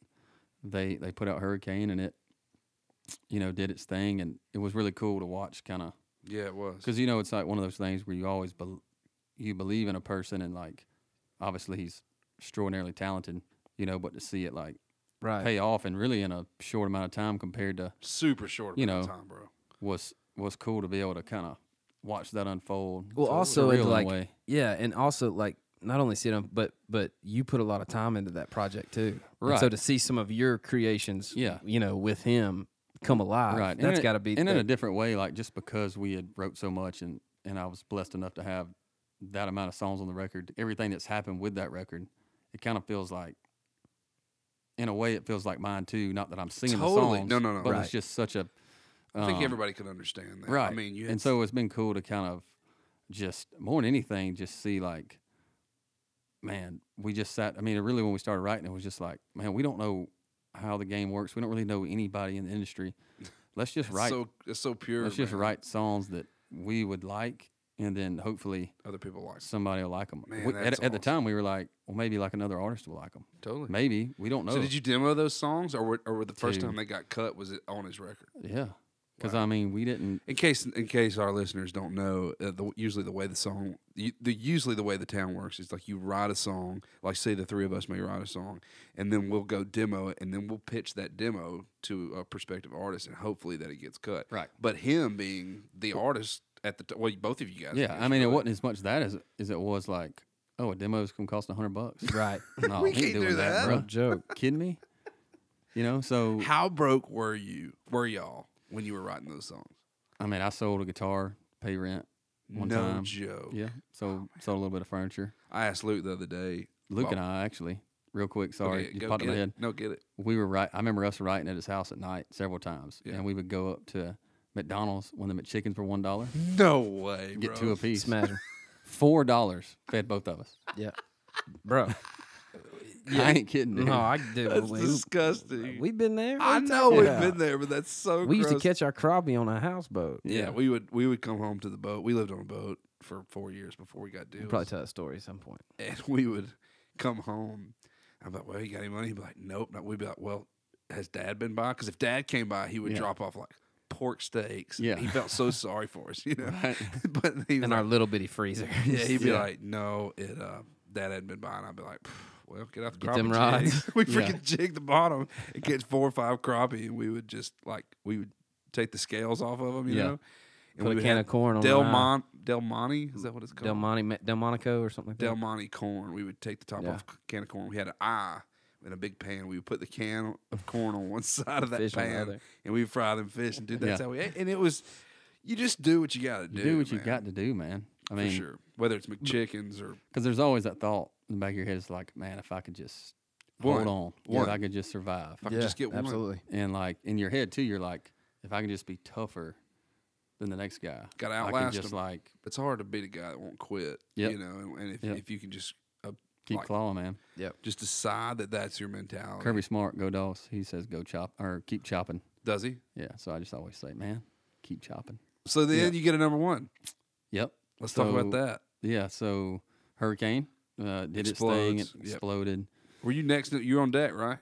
D: they they put out hurricane and it you know did its thing and it was really cool to watch kind of
A: Yeah, it was.
D: because you know it's like one of those things where you always bel you believe in a person and like obviously he's extraordinarily talented you know but to see it like
B: Right.
D: pay off and really in a short amount of time compared to
A: super short
D: you
A: amount of
D: know,
A: time, bro.
D: was was cool to be able to kind of watch that unfold.
B: Well,
D: It's
B: also
D: surreal
B: and
D: in a
B: like
D: way.
B: yeah, and also like not only see them, but but you put a lot of time into that project too. And so
D: Right.
B: to see some of your creations,
D: Yeah.
B: you know, with him come alive,
D: right.
B: That's
D: got
B: got to be
D: and in a
B: the-
D: different way. Like just because we had wrote so much and and I was blessed enough to have that amount of songs on the record, everything that's happened with that record, it kind of feels like. In a way, it feels like mine too. Not that I'm singing
A: Totally.
D: the songs,
A: No, no, no.
D: But
A: Right.
D: it's just such a.
A: I think
D: um,
A: everybody could understand that.
D: Right.
A: I mean, you had
D: and so it's been cool to kind of just more than anything, just see like, man, we just sat. I mean, really, when we started writing, it was just like, man, we don't know how the game works. We don't really know anybody in the industry. Let's just
A: it's
D: write.
A: so it's so pure.
D: let's just
A: man.
D: write songs that we would like, and then hopefully
A: Other people like
D: somebody will like them.
A: Man,
D: we, at,
A: that's
D: at the
A: awesome.
D: time, we were like, well, maybe like another artist will like them.
A: totally.
D: Maybe we don't know.
A: So did you demo those songs, or were, or were the first
D: Dude.
A: time they got cut was it on his record?
D: yeah, because I mean, we didn't.
A: In case in case our listeners don't know, uh, the, usually the way the song, you, the usually the way the town works is like you write a song, like say the three of us may write a song, and then we'll go demo it, and then we'll pitch that demo to a prospective artist, and hopefully that it gets cut.
D: Right.
A: But him being the artist at the t- well, both of you guys.
D: Yeah,
A: guess,
D: I mean, it
A: really.
D: wasn't as much that as as it was like, oh, a demo's gonna cost a hundred bucks.
B: right.
D: No,
A: We
D: we ain't
A: can't
D: doing
A: do that.
D: that,
B: No
D: bro.
B: joke.
D: Kidding me? You know, so
A: How broke were you? Were y'all when you were writing those songs?
D: I mean, I sold a guitar, pay rent one
A: no
D: time.
A: joke.
D: Yeah, so sold a little bit of furniture.
A: I asked Luke the other day.
D: Luke
A: well,
D: and I actually, real quick, sorry,
A: okay,
D: you
A: go
D: popped in
A: get
D: my
A: it.
D: head.
A: No, get it.
D: We were right. I remember us writing at his house at night several times,
A: Yeah.
D: and we would go up to McDonald's when the McChickens were one dollar,
A: No way,
D: get
A: bro.
D: two a piece,
B: Smash 'em.
D: four dollars fed both of us.
B: Yeah, bro.
D: I ain't kidding. Dude.
B: No, I do.
A: That's
B: we,
A: disgusting.
B: we've been there.
A: I
B: What are you
A: know
B: talking
A: we've
B: about?
A: been there, but that's so.
B: We used to
A: gross.
B: catch our crappie on a houseboat.
A: Yeah,
D: Yeah.
A: we would we would come home to the boat. We lived on a boat for four years before we got
B: We'll
A: deals,
B: probably tell that story at some point.
A: and we would come home. I'm like, well, you got any money? He'd be like, nope. No, we'd be like, well, has Dad been by? Because if Dad came by, he would
D: Yeah.
A: drop off like pork steaks.
D: Yeah.
A: he felt so sorry for us, you know.
D: Right.
A: but he was
B: In
A: like,
B: our little bitty freezer.
A: Yeah, he'd be
D: Yeah.
A: like, "No, it uh, that hadn't been buying." I'd be like, "Phew, "Well, get out the
B: Get
A: crappie
B: them
A: jig."
B: rods.
A: we
D: Yeah.
A: freaking jig the bottom and get four or five crappie, and we would just like we would take the scales off of them, you
D: Yeah.
A: know. And
B: Put a
A: would
B: can
A: have
B: of corn on
A: Del
B: an eye.
A: Mon Del Monte is that what it's called?
B: Del Monte, Del Monaco, or something like that.
A: Del Monte corn. We would take the top
B: Yeah.
A: off a can of corn. We had an eye in a big pan. We would put the can of corn on one side of that
B: Fish on the
A: pan,
B: other.
A: and we would fry them fish and do that's
D: Yeah.
A: how we ate. And it was, you just do what you got to do.
D: You do what you
A: man,
D: got to do, man. I mean,
A: for sure. Whether it's McChickens or
D: Because there's always that thought in the back of your head. It's like, man, if I could just
A: One.
D: hold on,
A: One.
D: if I could just survive,
A: I could just get one.
B: absolutely.
D: and like in your head too, you're like, if I can just be tougher than the next guy,
A: Gotta
D: I can
A: outlast
D: just
A: 'em.
D: like
A: it's hard to beat a guy that won't quit.
D: Yep.
A: You know, and, and if,
D: Yep.
A: if you can just uh,
D: keep
A: like, oh,
D: clawing, man.
A: just decide that that's your mentality.
D: Kirby Smart, go dogs. He says, go chop or keep chopping.
A: Does he?
D: Yeah. So I just always say, man, keep chopping.
A: So then you get a number one.
D: Yep.
A: Let's talk about
D: So-
A: that.
D: Yeah. So Hurricane uh, did its thing. It
A: Explodes. Yep.
D: exploded.
A: Were you next? You were on deck, right?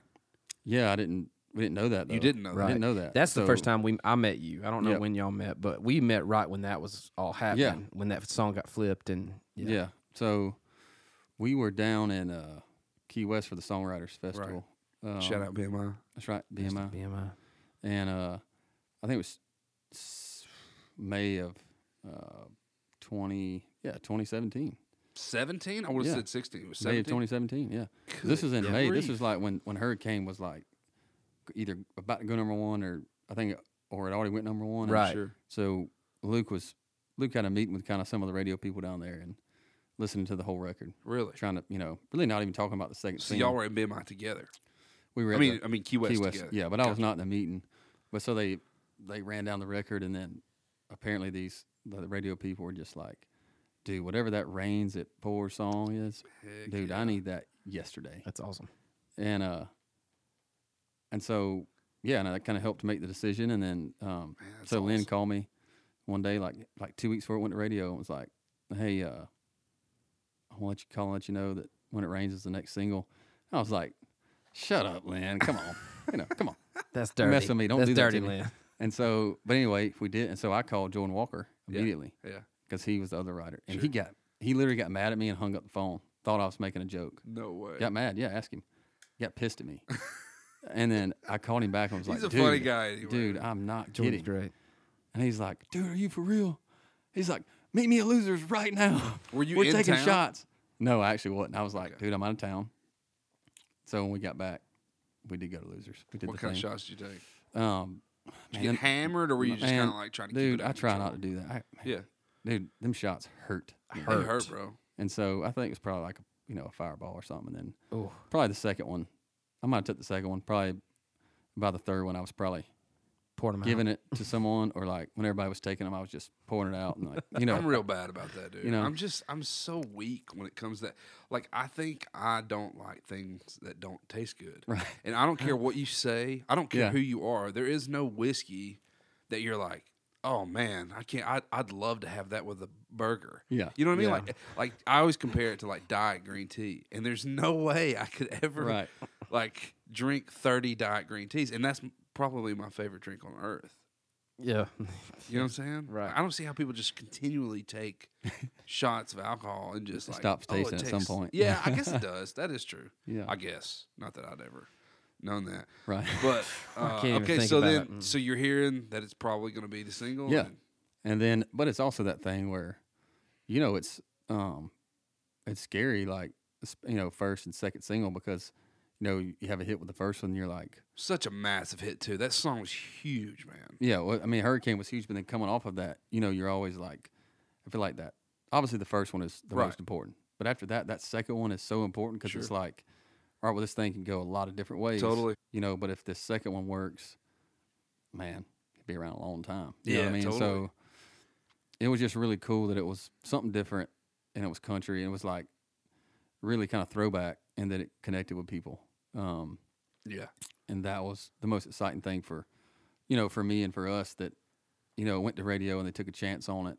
D: Yeah, I didn't. We didn't know that. Though.
A: You didn't know
D: I
A: that.
D: didn't know that.
B: That's the
D: So-
B: first time we I met you. I don't know
D: Yep.
B: when y'all met, but we met right when that was all happening.
D: Yeah.
B: When that song got flipped and
D: Yeah. So we were down in uh, Key West for the Songwriters Festival. Um,
A: Shout out BMI.
D: That's right,
B: Just
D: BMI.
B: BMI.
D: And uh, I think it was s- May of uh, 20, yeah, 2017.
A: Seventeen? I would have
D: Yeah.
A: said sixteen. It was
D: May of
A: seventeen.
D: 2017, yeah. this was in May. This was like when, when Hurricane was like either about to go number one or I think, or it already went number one. and
B: Right.
A: Sure.
D: So Luke was, Luke had a meeting with kind of some of the radio people down there and listening to the whole record.
A: Really.
D: trying to, you know, really not even talking about the second
A: So
D: scene.
A: y'all were in BMI together.
D: we were
A: I
D: at
A: mean,
D: the
A: I mean Key West.
D: Key West,
A: together.
D: yeah, but I was not in the meeting. But so they they ran down the record, and then apparently these the radio people were just like, "Dude, whatever that rains it pours song is,
A: Heck
D: dude, I need that yesterday."
B: That's awesome.
D: And uh, and so yeah, and that kind of helped make the decision. And then um,
A: Man, that's
D: so Lynn
A: awesome.
D: called me one day, like like two weeks before it went to radio, and was like, "Hey, uh, I want you call and let you know that when it rains is the next single." I was like, "Shut up, Lynn! Come on, you know, come on."
B: That's
D: Don't
B: dirty.
D: mess with me. Don't
B: That's
D: do that
B: dirty,
D: to me.
B: Lynn.
D: And so, but anyway, we did, and so I called Jordan Walker
A: Yeah.
D: immediately
A: Yeah.
D: because he was the other writer, and he got he literally got mad at me and hung up the phone. Thought I was making a joke.
A: No way.
D: Got mad. Yeah, ask him. Got pissed at me. And then I called him back and was
A: He's
D: like,
A: a funny
D: "Dude,
A: guy anyway."
D: Dude, I'm not
B: Jordan's
D: kidding.
B: great.
D: And he's like, dude, are you for real? He's like, meet me at Losers right now.
A: Were you
D: We're
A: in
D: taking
A: town?
D: shots. No, I actually wasn't. I was like, dude, I'm out of town. So when we got back, we did go to Losers. We did
A: What
D: the
A: kind of
D: thing.
A: shots did you take?
D: Um,
A: Did
D: man,
A: you
D: them-
A: get hammered, or were you just kind
D: man,
A: of like trying to? keep
D: Dude,
A: it
D: I
A: under
D: try
A: control?
D: not to do that. I, man,
A: Yeah,
D: dude, them shots hurt.
A: hurt. hurt, bro.
D: And so I think it was probably like a, you know a fireball or something. And then
B: Oh,
D: probably the second one, I might have took the second one. Probably by the third one, I was probably
B: poured him
D: giving it to someone, or like when everybody was taking them, I was just pouring it out and like you know.
A: I'm real bad about that, dude.
D: you know.
A: I'm just I'm so weak when it comes to that. Like I think I don't like things that don't taste good.
D: Right.
A: And I don't care what you say. I don't care
D: Yeah.
A: who you are. There is no whiskey that you're like, oh man, I can't. I, I'd love to have that with a burger.
D: Yeah.
A: You know what I mean?
B: Yeah.
A: Like like I always compare it to like diet green tea, and there's no way I could ever
D: Right.
A: like drink 30 diet green teas, and that's probably my favorite drink on earth.
B: Yeah.
A: You know what I'm saying?
B: Right.
A: I don't see how people just continually take shots of alcohol and just
D: It
A: like
D: stops
A: "Oh, it
D: tasting at some
A: tastes-"
D: point.
A: Yeah, I guess it does. That is true.
D: Yeah.
A: I guess. Not that I'd ever known that.
D: Right.
A: But uh,
B: can't even
A: okay,
B: think
A: so
B: about
A: then
B: it. Mm.
A: so you're hearing that it's probably going to be the single.
D: Yeah.
A: and-
D: And then, but it's also that thing where, you know, it's um, it's scary. Like s- you know, first and second single because, you know, you have a hit with the first one, you're like,
A: such a massive hit too. That song was huge, man.
D: yeah. Well, I mean, Hurricane was huge, but then coming off of that, you know, you're always like, I feel like that. Obviously, the first one is the
A: Right.
D: most important, but after that, that second one is so important because it's like, all right, well, this thing can go a lot of different ways.
A: Totally.
D: You know, but if this second one works, man, it'd be around a long time. You know
A: Yeah,
D: what I mean?
A: totally.
D: So it was just really cool that it was something different and it was country and it was like really kind of throwback and that it connected with people. Um,
A: Yeah.
D: and that was the most exciting thing for, you know, for me and for us that, you know, it went to radio and they took a chance on it,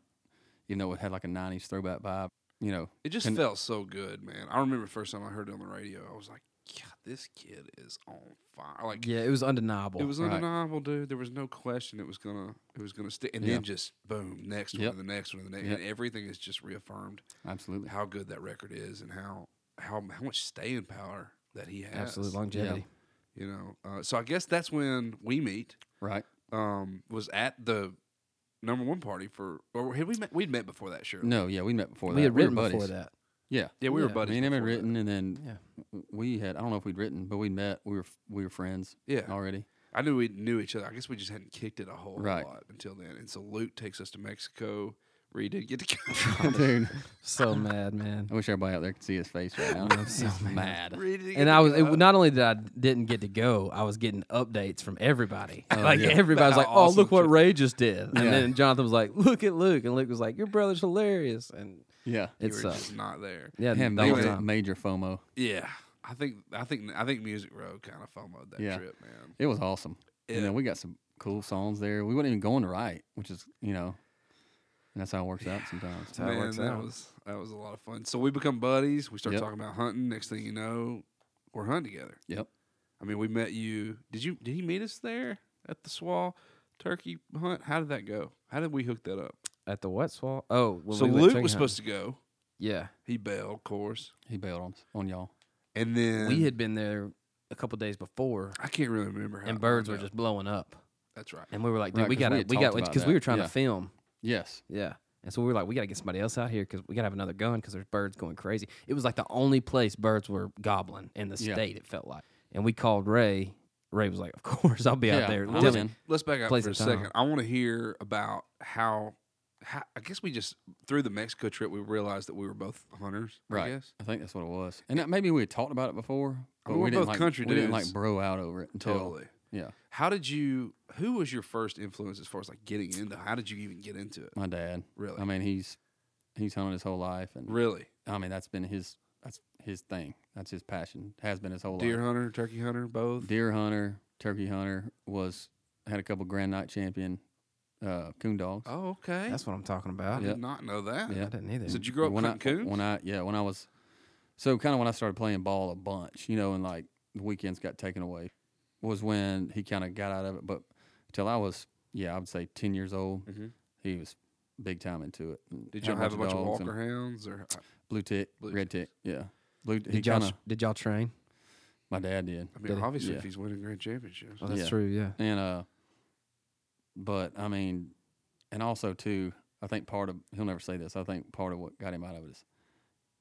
D: even though it had like a 90s throwback vibe, you know.
A: It just
D: And-
A: felt so good, man. I remember the first time I heard it on the radio, I was like, God, this kid is on fire. Like
B: Yeah, it was undeniable.
A: It was
D: Right.
A: undeniable, dude. There was no question it was gonna it was gonna stick. And
D: Yeah.
A: then just boom, next
D: Yep.
A: one, and the next one, and the next,
D: Yep.
A: and everything is just reaffirmed
D: Absolutely.
A: how good that record is and how how how much staying power that he has.
B: absolute longevity.
A: You know, uh, so I guess that's when we meet.
D: Right.
A: Um, was at the number one party for or had we met? We'd met before that, sure.
D: No, yeah, we met before that.
B: We had
D: were
B: written before
D: buddies.
B: that.
D: Yeah.
A: Yeah, we were
B: Yeah.
A: buddies.
D: Me and him had
A: before that.
D: written, and then
B: Yeah.
D: w- we had. I don't know if we'd written, but we'd met. We were f- we were friends.
A: Yeah.
D: already.
A: I knew we knew each other. I guess we just hadn't kicked it a whole
D: Right.
A: lot until then. And so Luke takes us to Mexico, where he did get to go.
D: Dude,
B: So mad, man.
D: I wish everybody out there could see his face right now. I'm
B: so mad.
A: Where he did get
B: And
A: to
B: I was
A: go.
B: it, not only did I didn't get to go, I was getting updates from everybody. like
D: yeah.
B: everybody was
A: How
B: like, "Oh,
A: awesome
B: look what
A: Ju-
B: Ray just did," and
D: Yeah.
B: then Jonathan was like, "Look at Luke," and Luke was like, "Your brother's hilarious," and
D: Yeah,
A: You
B: it
A: were
B: sucks.
A: just not there.
B: uh, Yeah, uh,
D: had
B: the whole
D: major,
B: time.
D: major FOMO.
A: Yeah, I think I think I think Music Row kind of fomoed that
D: Yeah.
A: trip, man.
D: It was awesome.
A: Yeah.
D: And then we got some cool songs there. We weren't even going to write, which is you know, and that's how it works out sometimes.
B: how it
A: man,
B: works
A: that
B: out.
A: was that was a lot of fun. So we become buddies. We start
D: Yep.
A: talking about hunting. Next thing you know, we're hunting together.
D: Yep.
A: I mean, we met you. Did you? Did he meet us there at the Swall Turkey Hunt? How did that go? How did we hook that up?
B: At the what swall? Oh, when
A: so
B: we
A: Luke was supposed to go.
B: to. Yeah,
A: He bailed, of course.
D: He bailed on s- on y'all.
A: And then
B: we had been there a couple days before,
A: I can't really remember. How
B: and
A: it
B: birds were
A: lined up.
B: just blowing up,
A: That's Oh, right.
B: and we were like, "Dude,
D: Right,
B: we
D: 'cause we
B: gotta, we,
D: had
B: got,"
D: talked about
B: because we
D: that.
B: were trying
D: Yeah.
B: to film.
D: Yes.
B: Yeah. And so we were like, we got to get somebody else out here because we got to have another gun because there's birds going crazy. It was like the only place birds were gobbling in the
D: Yeah.
B: state, it felt like. And we called Ray. Ray was like, of course, I'll be
D: Yeah,
B: out there.
D: I'm
B: Tell me-
D: in.
A: Let's back up
B: Place
A: for a
B: of time.
A: second. I want to hear about how, how. I guess we just through the Mexico trip we realized that we were both hunters. I
D: Right.
A: guess.
D: I think that's what it was. And that, maybe we had talked about it before, but
A: mean, we're
D: we didn't
A: both
D: like
A: country
D: we didn't
A: dudes.
D: like bro out over it until
A: Totally.
D: yeah.
A: How did you? Who was your first influence as far as like getting into? How did you even get into it?
D: My dad.
A: Really?
D: I mean, he's he's hunted his whole life, and
A: Really?
D: I mean, that's been his that's his thing. That's his passion. Has been his whole
A: Deer
D: life.
A: hunter, turkey hunter, both.
D: Deer hunter, turkey hunter was had a couple Grand Night champion uh, coon dogs.
A: Oh, okay.
B: That's what I'm talking
A: I
B: about.
A: did not know that.
D: Yeah.
B: I didn't either.
A: So did you grow up
D: when I
A: hunting coons?
D: when I yeah when I was so kind of when I started playing ball a bunch, you know, and like the weekends got taken away was when he kind of got out of it. But till I was yeah I would say ten years old,
A: Mhm.
D: he was big time into it. and
A: did
D: had
A: y'all have a bunch of
D: dogs and
A: Walker hounds or?
D: blue tick,
A: Blue
D: red tick? Yeah, blue. He
B: did, y'all,
D: kind of
B: did y'all train?
D: my dad did.
A: I mean,
B: Did-
A: obviously,
D: yeah.
A: if he's winning grand championships,
B: Oh, that's
D: Yeah.
B: true. Yeah.
D: And uh but I mean and also too, I think part of he'll never say this. I think part of what got him out of it is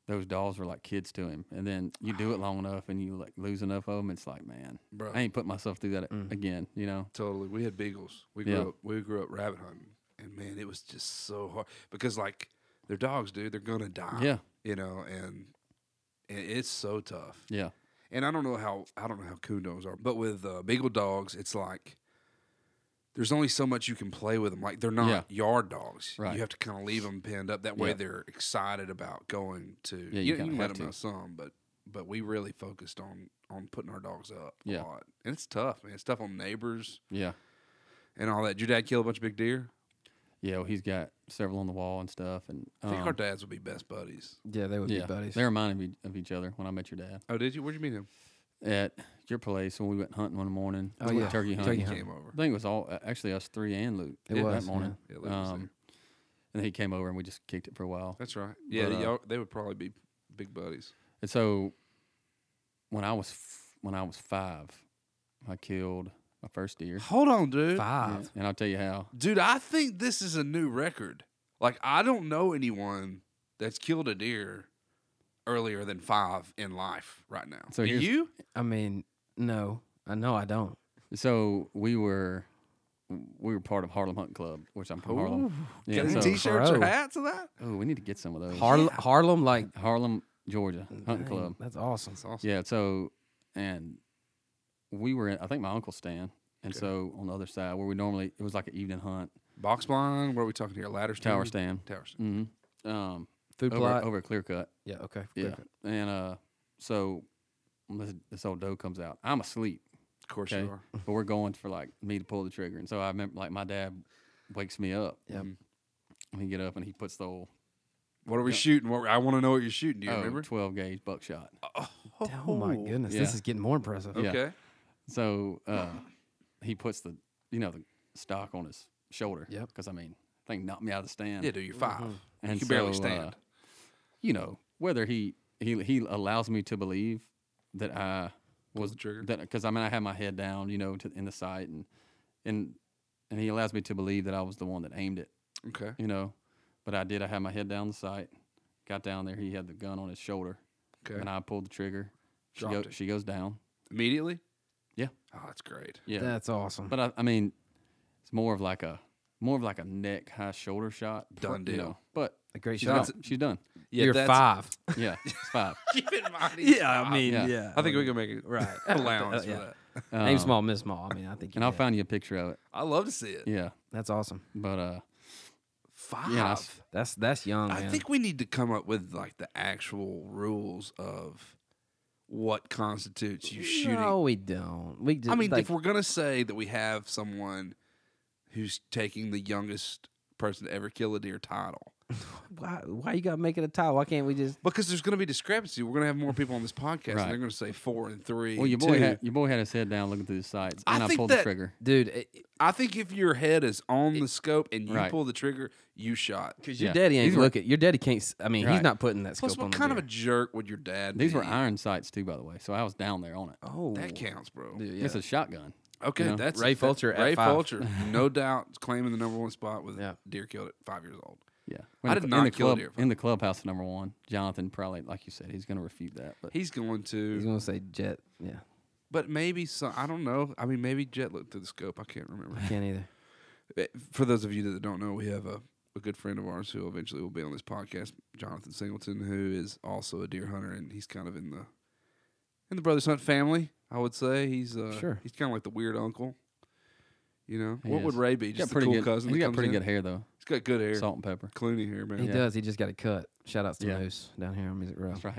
D: those dolls were like kids to him. And then you do it long enough, and you like lose enough of them. It's like, man,
A: Bro.
D: I ain't put myself through that
B: Mm-hmm.
D: again. You know,
A: Totally. We had beagles. We grew
D: Yeah.
A: up we grew up rabbit hunting. And man, it was just so hard because like they're dogs, dude. They're gonna
B: Ah.
A: die.
D: Yeah.
A: You know, and i- it's so tough.
D: yeah,
A: And I don't know how I don't know how coon dogs are, but with uh, beagle dogs, it's like there's only so much you can play with them. Like they're not
D: Yeah.
A: yard dogs.
D: Right.
A: You have to kind of leave them pinned up. That way,
D: Yeah.
A: they're excited about going to.
D: Yeah, you
A: you,
D: kinda
A: can let them
D: have to.
A: know some, but but we really focused on on putting our dogs up
D: Yeah.
A: a lot, and it's tough, man. It's tough on neighbors
D: yeah,
A: and all that. Did your dad kill a bunch of big deer?
D: yeah. Well, he's got several on the wall and stuff. And
A: I think our
D: um,
A: dads would be best buddies.
B: Yeah, they would
D: yeah,
B: be buddies.
D: they reminded me of each other when I met your dad.
A: Oh, did you? Where'd you meet him?
D: at your place when we went hunting one morning.
B: Oh,
D: We went
B: yeah.
D: turkey
B: Turkey
D: hunting.
A: He
B: hunting.
A: came over.
D: I think it was all actually us three and Luke.
B: It
D: that
B: was, yeah.
D: morning.
A: Yeah, Luke was
D: Um,
A: there.
D: and then he came over and we just kicked it for a while.
A: That's right. Yeah,
D: but, uh,
A: y'all, they would probably be big buddies.
D: And so when I was f- when I was five, I killed my first deer.
A: Hold on, dude.
D: Yeah,
B: Five.
D: and I'll tell you how.
A: Dude, I think this is a new record. Like, I don't know anyone that's killed a deer earlier than five in life right now.
D: So
A: And
D: here's-
A: you?
B: I mean, no, I know I don't.
D: So we were we were part of Harlem Hunt Club, which I'm from Harlem. Yeah,
A: Got any
D: so-
A: t-shirts or
B: Bro.
A: hats of that?
D: Oh, we need to get some of those.
B: Harlem, Harlem, like
D: Harlem, Georgia Hunt
B: dang,
D: Club.
B: That's awesome.
A: That's awesome.
D: Yeah. So, and we were, in, I think my uncle Stan. And so on the other side where we normally, it was like an evening hunt,
A: Box blind. What are we talking here? Ladder stand?
D: tower stand.
A: Tower stand.
D: hmm Um,
B: Food
D: over,
B: plot.
D: over a clear cut.
B: Yeah. Okay.
D: Yeah.
B: Clear cut.
D: And uh, so this, this old doe comes out. I'm asleep,
A: Of course
D: okay?
A: you are.
D: but we're going for like me to pull the trigger. And so I remember like my dad wakes me up.
B: Yep.
D: And he get up and he puts the old
A: What are we shooting? What, I want to know what you're shooting. Do you
D: oh,
A: remember?
D: 12 gauge buckshot.
B: Oh my goodness, this
D: Yeah.
B: is getting more impressive.
D: yeah.
A: Okay.
D: So uh, he puts the you know the stock on his shoulder.
B: Yep.
D: Because I mean, thing knocked me out of the stand.
A: Yeah, dude, you're 5
D: And
A: you can barely
D: so, uh,
A: stand.
D: you know whether he he he allows me to believe that I was
A: the trigger.
D: that because I mean I had my head down, you know, to, in the sight and and and he allows me to believe that I was the one that aimed it,
A: okay.
D: you know, but I did. I had my head down the sight, got down there. He had the gun on his shoulder,
A: Okay.
D: and I pulled the trigger. She,
A: Dropped
D: go,
A: it.
D: she goes down.
A: Immediately?
D: Yeah.
A: Oh, that's great.
D: Yeah.
B: That's awesome.
D: But I, I mean, it's more of like a more of like a neck high shoulder shot.
A: Done
D: you
A: deal.
D: know, but
B: a great
D: she's
B: shot.
D: done. She's done.
A: Yeah,
B: You're
A: that's-
B: five.
D: Yeah, it's five.
A: Keep in mind.
D: Yeah. uh,
A: I think we can make it right allowance
B: Yeah.
A: for that.
B: Aim
D: Um,
B: small, miss small. I mean, I think. You
D: And I'll
B: did.
D: find you a picture of it.
A: I love to see it.
D: Yeah,
B: That's awesome.
D: but uh,
A: Five.
D: yeah, that's-
B: That's that's young.
A: I
B: man.
A: think we need to come up with like the actual rules of what constitutes you shooting.
B: No, we don't. We. Just,
A: I mean,
B: like,
A: if we're gonna say that we have someone who's taking the youngest person to ever kill a deer title,
B: why, why you gotta make it a tie? Why can't we just?
A: because there's gonna be discrepancy. We're gonna have more people on this podcast,
D: Right.
A: and they're gonna say four and three.
D: well, your
A: and
D: boy
A: two.
D: had your boy had his head down looking through the sights,
A: I
D: and I,
A: think
D: pulled
A: that-
D: the trigger.
B: Dude, it,
A: I think if your head is on the scope and you
D: Right.
A: pull the trigger, you shot.
B: Because your
D: Yeah.
B: daddy ain't
D: These were-
B: looking. Your daddy can't. s- I mean, he's
D: Right.
B: not putting that scope
A: Plus, what
B: on
A: kind
B: the
A: of a jerk would your dad?
D: These
A: be?
D: were iron sights too, by the way. So I was down there on it.
B: of oh,
A: That counts, bro.
B: dude,
D: It's
B: yeah.
D: a shotgun.
A: Okay,
D: You know,
A: that's
B: Ray
A: that-
B: Fulcher at
A: Ray
B: five.
A: Fulcher, no doubt, is claiming the number one spot with
B: Yeah.
A: deer killed at five years old.
D: Yeah,
A: I
D: In
A: did
D: the cl-
A: not
D: in the
A: kill a
D: club,
A: deer,
D: in the clubhouse. Number one, Jonathan probably, like you said, he's going to refute that. But
A: He's going to,
B: He's gonna say jet. Yeah,
A: but maybe some. I don't know. I mean, maybe Jet looked through the scope. I can't remember.
B: can't either.
A: Eh, For those of you that don't know, we have a, a good friend of ours who eventually will be on this podcast, Jonathan Singleton, who is also a deer hunter, and he's kind of in the in the Brothers Hunt family. I would say he's uh,
B: Sure.
A: He's kind of like the weird uncle. You know,
D: He
A: what would
D: is.
A: Ray be?
D: he's got
A: Just the cool
D: good.
A: cousin.
D: He's
A: that
D: got
A: comes
D: pretty
A: in?
D: good hair though.
A: He's got good hair.
D: Salt and pepper.
A: Clooney hair, man.
B: He
A: Yeah.
B: does. He just got a cut. Shout outs to
D: Yeah.
B: Moose down here on Music Row.
D: That's right.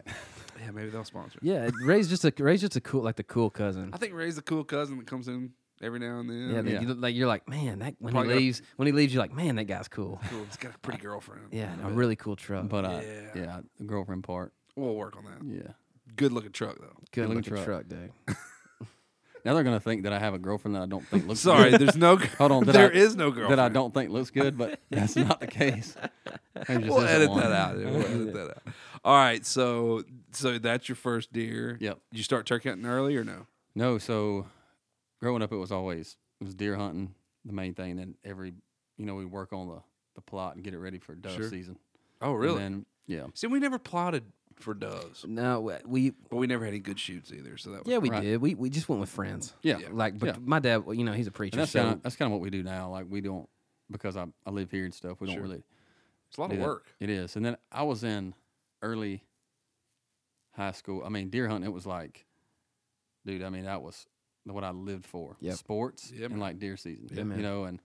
A: yeah, maybe they'll sponsor.
B: Yeah, it- Ray's just a Ray's just a cool like the cool cousin.
A: I think Ray's the cool cousin that comes in every now and then.
B: Yeah, that
D: yeah.
B: You, like you're like man that when
A: Probably
B: he
A: got a-
B: leaves when he leaves you're like man that guy's cool.
A: cool. He's got a pretty girlfriend.
B: Yeah, and a really cool truck.
D: But uh,
A: Yeah.
D: yeah, the girlfriend part.
A: we'll work on that.
D: Yeah.
A: Good looking truck though.
B: good
D: looking
B: looking truck.
D: truck.
B: dude.
D: Now they're gonna think that I have a girlfriend that I don't think looks
A: Sorry,
D: good.
A: there's no.
D: Hold on, that
A: there
D: I-
A: is no girlfriend.
D: that I don't think looks good, but that's not the case. Maybe just
A: We'll
D: isn't
A: edit
D: one.
A: that out. dude. We'll edit that out. All right, so so that's your first deer.
D: Yep.
A: You start turkey hunting early or no?
D: No, so growing up, it was always it was deer hunting the main thing. Then every you know we work on the the plot and get it ready for dove
A: Sure.
D: season.
A: Oh,
D: And
A: really?
D: then- yeah.
A: See, we never plotted for doves,
B: No, we- we
A: but we never had any good shoots either. So that was
B: yeah we
D: Right.
B: did. We we just went with friends.
D: Yeah.
B: Like, but
D: Yeah.
B: my dad, well, you know, he's a preacher.
D: And that's
B: so
D: kind of that's kind of what we do now. Like we don't because I, I live here and stuff. We don't
A: Sure.
D: really
A: it's a lot
D: do
A: of
D: that.
A: work.
D: It is. And then I was in early high school. I mean, deer hunting. It was like, dude. I mean, that was what I lived for.
B: Yep.
D: Sports
A: Yeah, man.
D: and like deer season.
B: Yeah, man.
D: You know, and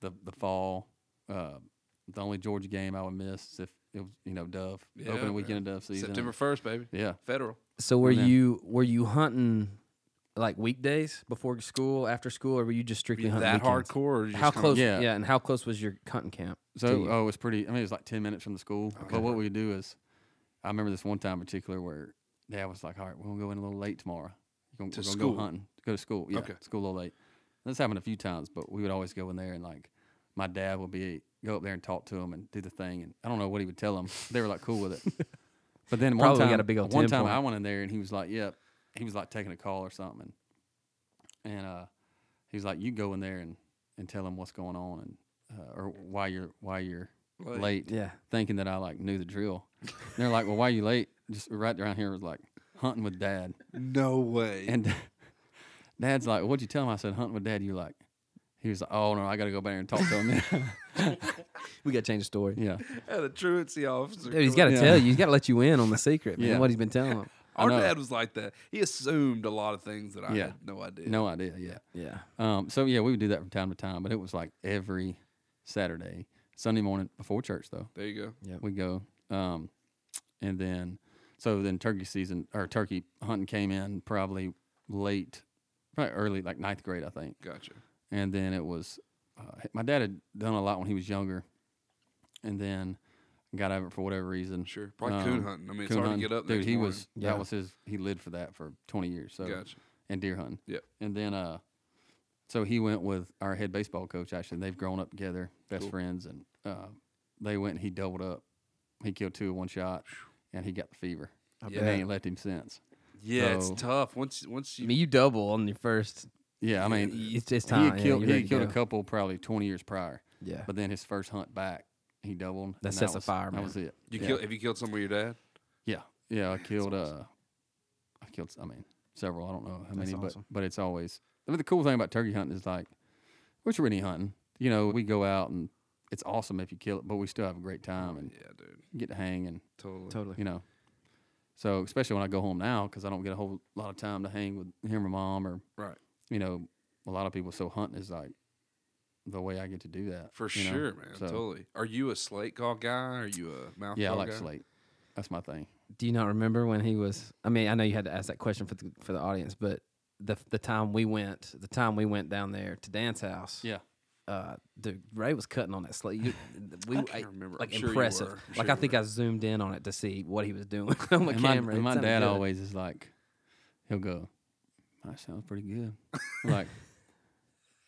D: the the fall. Uh, the only Georgia game I would miss is if it was you know dove
A: Yeah,
D: opening
A: man.
D: weekend of dove season.
A: September first, baby.
D: Yeah.
A: Federal.
B: So were
D: then-
B: you were you hunting like weekdays before school, after school, or were you just
A: Were
B: strictly
A: you
B: hunting
A: that
B: weekends?
A: hardcore? Or you
B: How
A: just kinda-
B: close? Yeah.
D: Yeah.
B: and how close was your hunting camp? to
D: So
B: you?
D: oh, it was pretty. I mean, it was like ten minutes from the school. But what we do is, I remember this one time in particular where Dad was like, "All right, we're gonna go in a little late tomorrow. You're gonna,
A: To
D: we're gonna
A: school.
D: go hunting, go to school. Yeah,
A: Okay.
D: school a little late. And this happened a few times, but we would always go in there and like, my dad would be go up there and talk to him and do the thing, and I don't know what he would tell them. They were like cool with it. But then one
B: Probably
D: time,
B: got a big old
D: one
B: 10
D: time
B: point.
D: I went in there and he was like, "Yep," he was like taking a call or something, and, and uh, he was like, "You go in there and and tell him what's going on and uh, or why you're why you're
A: Late.
D: late.
B: Yeah.
D: Thinking that I like knew the drill. And they're like, "Well, why you late?" Just right around here was like hunting with dad,
A: No way.
D: and dad's like, "What'd you tell him?" I said, "Hunting with dad." You're like, he was like, "Oh no, I got to go back there and talk to him."
B: We got to change the story.
D: yeah,
A: Yeah, the truancy officer.
B: Dude, he's
A: coming-
B: got to tell you. He's got to let you in on the secret, man.
D: Yeah.
B: What he's been telling him.
A: Our
D: know.
A: dad was like that. He assumed a lot of things that I
D: Yeah.
A: had no idea.
D: no idea. Yeah.
B: Yeah.
D: Um, so yeah, we would do that from time to time, but it was like every Saturday, Sunday morning before church though.
A: There you go.
B: Yep.
D: we go. Um, and then, so then turkey season or turkey hunting came in probably late, probably early, like ninth grade, I think.
A: Gotcha.
D: And then it was, uh, my dad had done a lot when he was younger, and then got out of it for whatever reason. Um,
A: Sure. Probably coon hunting. I mean, it's
D: coon
A: hard to
D: hunting.
A: get up
D: Dude,
A: next
D: he
A: morning.
D: was
B: Yeah.
D: that was his. He lived for that for twenty years. So
A: Gotcha.
D: and deer hunting.
A: Yep.
D: And then uh so he went with our head baseball coach actually. They've grown up together, best
A: Cool.
D: friends and uh they went and he doubled up. He killed two in one shot and he got the fever.
A: Yeah.
D: And they ain't left him since.
A: Yeah,
D: So-
A: it's tough. Once once
B: I
A: you
B: mean, you double on your first.
D: Yeah, I mean
B: It's just
D: he
B: time.
D: had
B: yeah,
D: killed
B: you're
D: he
B: ready
D: had
B: to
D: killed a
B: go.
D: couple probably twenty years prior.
B: Yeah.
D: But then his first hunt back, he doubled. and
B: sets a
D: was-
B: fire, man.
D: That was it.
A: you
D: yeah.
A: kill have you killed someone with your dad?
D: Yeah. Yeah, I killed uh I killed s- I mean several. I don't know how
B: That's
D: many, but
B: awesome.
D: but it's always I mean, the cool thing about turkey hunting is like what you're really hunting. You know, we go out and it's awesome if you kill it, but we still have a great time and
A: Yeah, dude.
D: get to hang and
A: Totally.
B: totally.
D: you know. So especially when I go home now, because I don't get a whole lot of time to hang with him or mom or
A: Right.
D: you know, a lot of people. So hunting is like the way I get to do that
A: For
D: you know?
A: sure, man.
D: So,
A: Totally. Are you a slate call guy? Are you a mouth
D: Yeah, I
A: call
D: like
A: guy?
D: slate. That's my thing.
B: Do you not remember when he was? I mean, I know you had to ask that question for the for the audience, but the the time we went, the time we went down there to Dan's house.
D: Yeah.
B: uh, dude, Ray was cutting on that slate. You- we,
A: I
B: I
A: can't remember.
B: Like
A: I'm sure you
B: impressive.
A: were. I'm
B: like
A: sure
B: I
A: you
B: think
A: were.
B: I zoomed in on it to see what he was doing on the
D: and
B: camera.
D: My,
B: It
D: and my
B: sounded
D: dad
B: good.
D: always is like, he'll go, that sounds pretty good. I'm like,